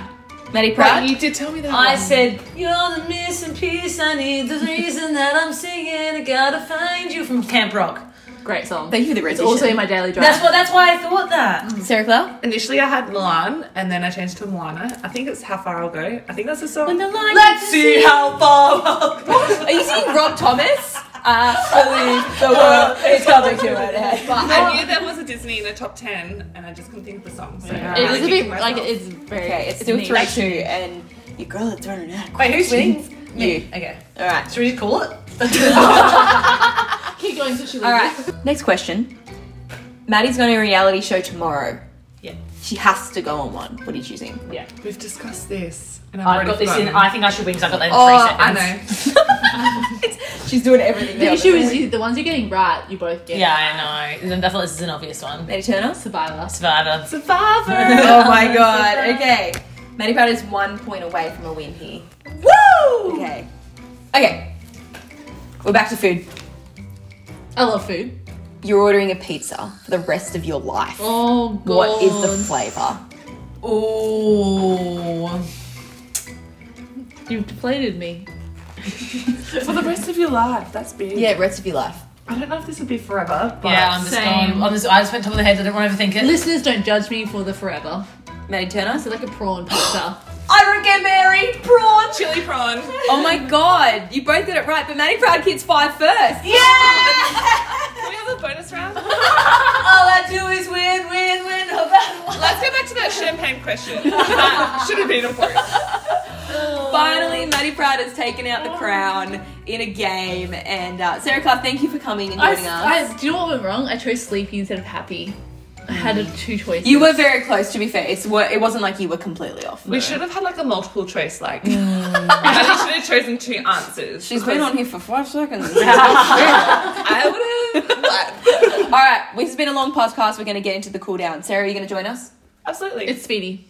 S4: Maddie
S11: But
S4: Pratt.
S11: you did tell me that.
S5: I
S11: one.
S5: said, You're the missing piece, I need the reason that I'm singing, I gotta find you from Camp Rock.
S6: Great song.
S4: Thank you for the
S6: It's
S4: rendition.
S6: also in my daily drive.
S5: That's what that's why I thought that.
S4: Sarah Cloud.
S11: Initially, I had Milan, and then I changed to Milana. I think it's How Far I'll Go. I think that's the song.
S5: Let's see how far I'll go.
S4: Are you singing Rob Thomas? I believe the world is coming to an end. But
S11: I knew there was a Disney in the top ten, and I just couldn't think of the song. So I'm
S6: It was a
S11: kicking
S6: bit
S11: myself.
S6: like it's very.
S4: okay, it's still
S6: neat.
S4: three two, and your girl that's running out.
S5: Wait, who's wins?
S4: You.
S5: Okay.
S4: All right.
S5: Should we just call it?
S6: Keep going till she leaves.
S4: All right. Next question. Maddie's going to a reality show tomorrow.
S5: Yeah.
S4: She has to go on one. What are you choosing?
S11: We've discussed this, and I've,
S5: I've
S11: already
S5: got this in
S11: forgotten.
S5: I think I should win because I've got that in
S11: Oh,
S5: three
S11: I
S5: seconds.
S11: know.
S4: She's doing everything.
S6: The issue is you, the ones you're getting right, you both get.
S5: Yeah, I know. And then I thought this is an obvious one.
S4: Maddie Turner.
S6: Survivor.
S5: Survivor.
S11: Survivor.
S4: oh my god. Okay. Maddie Pratt is one point away from a win here. Woo! Okay. Okay. We're back to food.
S6: I love food.
S4: You're ordering a pizza for the rest of your life.
S6: Oh god.
S4: What is the flavour?
S5: Ooh.
S6: You've deflated me.
S11: For the rest of your life, that's big.
S4: Yeah, rest of your life.
S11: I don't know if this would be forever, but
S5: Yeah, I'm just
S6: Same.
S5: going. I'm just, I just went top of the head. I don't want to overthink it.
S6: Listeners, don't judge me for the forever.
S4: Maddie Turner.
S6: It's like a prawn pizza.
S4: I don't get married. Prawn.
S11: chili prawn.
S4: Oh my god. You both got it right, but Maddie Proud Kids five first.
S11: Can we have a bonus round?
S4: All I do is win, win, win. No matter what.
S11: Let's go back to that champagne question. That should have been a point.
S4: Finally, Maddie Proud has taken out the crown in a game. And uh, Sarah Clark, thank you for coming and joining us.
S6: I, I, do you know what went wrong? I chose sleepy instead of happy. I had a, two choices.
S4: Hmm. You were very close, to be fair. It's, wa- it wasn't like you were completely off.
S11: We should have had like a multiple choice, like. I should have chosen two answers.
S4: She's been on here for five seconds.
S11: I would have.
S4: All right, this has been a long podcast. We're going to get into the cool down. Sarah, are you going to join us?
S11: Absolutely.
S6: It's speedy.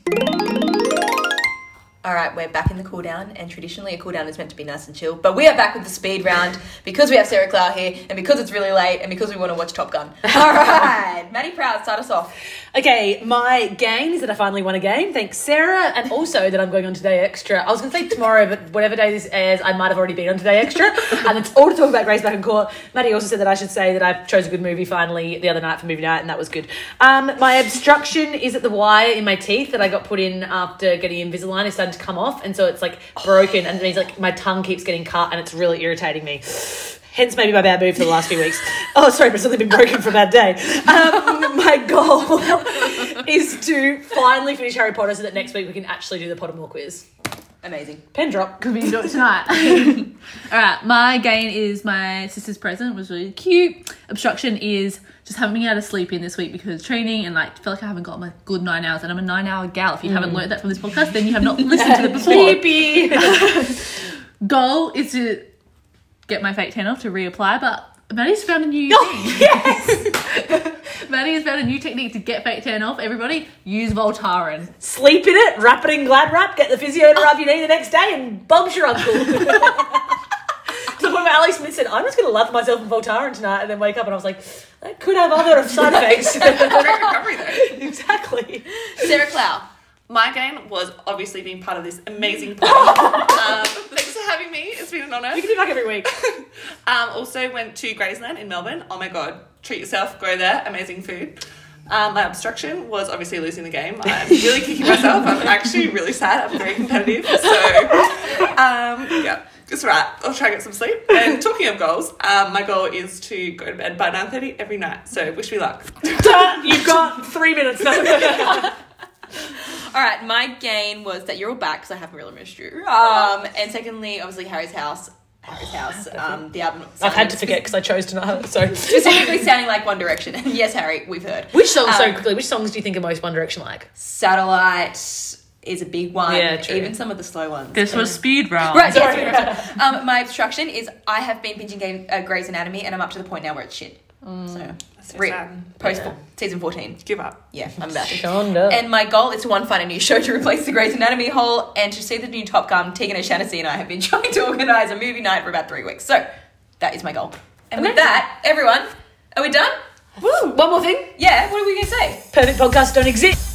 S4: All right, we're back in the cool down, and traditionally a cool down is meant to be nice and chill, but we are back with the speed round because we have Sarah Clow here, and because it's really late, and because we want to watch Top Gun. All right, Maddie Proud, start us off.
S5: Okay, my gain is that I finally won a game. Thanks, Sarah. And also that I'm going on Today Extra. I was going to say tomorrow, but whatever day this airs, I might have already been on Today Extra. and it's all to talk about Race Back and Court. Maddie also said that I should say that I chose a good movie finally the other night for movie night, and that was good. Um, my obstruction is at the wire in my teeth that I got put in after getting Invisalign. It started to come off, and so it's like broken, and it means like my tongue keeps getting cut, and it's really irritating me. Hence, maybe my bad mood for the last few weeks. Oh, sorry, but it's only been broken for a bad day. Um, my goal is to finally finish Harry Potter so that next week we can actually do the Pottermore quiz.
S4: Amazing.
S5: Pen drop.
S6: Could be do it tonight. All right, my gain is my sister's present was really cute. Obstruction is just haven't been able to sleep in this week because of training and like feel like I haven't got my good nine hours and I'm a nine hour gal. If you haven't
S5: Mm.
S6: learned that from this podcast, then you have not listened to the before.
S5: Creepy.
S6: Goal is to get my fake tan off to reapply, but Maddie's found a new
S5: Oh,
S6: thing. Yes. Maddie has found a new technique to get fake tan off. Everybody use Voltaren.
S5: Sleep in it, wrap it in glad wrap, get the physio to rub your knee the next day, and bumps your uncle. to the point where Alex Smith said, I'm just going to love myself in Voltaren tonight, and then wake up and I was like, that could have other side effects. exactly.
S11: Sarah Clow. My game was obviously being part of this amazing party. um, thanks for having me. It's been an honour.
S5: You can do back every week.
S11: um, also went to Graceland in Melbourne. Oh my god, treat yourself. Go there. Amazing food. Um, my obstruction was obviously losing the game. I'm really kicking myself. I'm actually really sad. I'm very competitive. So, um, yeah, it's all right. I'll try and get some sleep. And talking of goals, um, my goal is to go to bed by 9.30 every night. So wish me luck.
S5: You've got three minutes.
S4: All right, my gain was that you're all back because I haven't really missed you.
S5: Oh.
S4: Um, and secondly, obviously Harry's house, Harry's house, um, the album.
S5: I've had to forget because I chose to not have it. Sorry.
S4: Specifically, sounding like One Direction. yes, Harry, we've heard.
S5: Which songs, so
S4: Um,
S5: quickly, which songs do you think are most One Direction like?
S4: Satellite is a big one.
S5: Yeah, true.
S4: Even some of the slow ones.
S5: This was speed round.
S4: Right,
S5: Sorry.
S4: yes, speed round. Um, my obstruction is I have been binging game, uh, Grey's Anatomy and I'm up to the point now where it's shit. So, rip. post
S5: Yeah.
S4: season 14.
S11: Give up.
S4: Yeah, I'm back.
S5: Shonda.
S4: And my goal is to one find a new show to replace the Grey's Anatomy hole and to see the new Top Gun. Tegan O'Shaughnessy and I have been trying to organise a movie night for about three weeks. So that is my goal. And with that, everyone, are we done?
S5: One more thing.
S4: Yeah, what are we going to say?
S5: Perfect podcasts don't exist.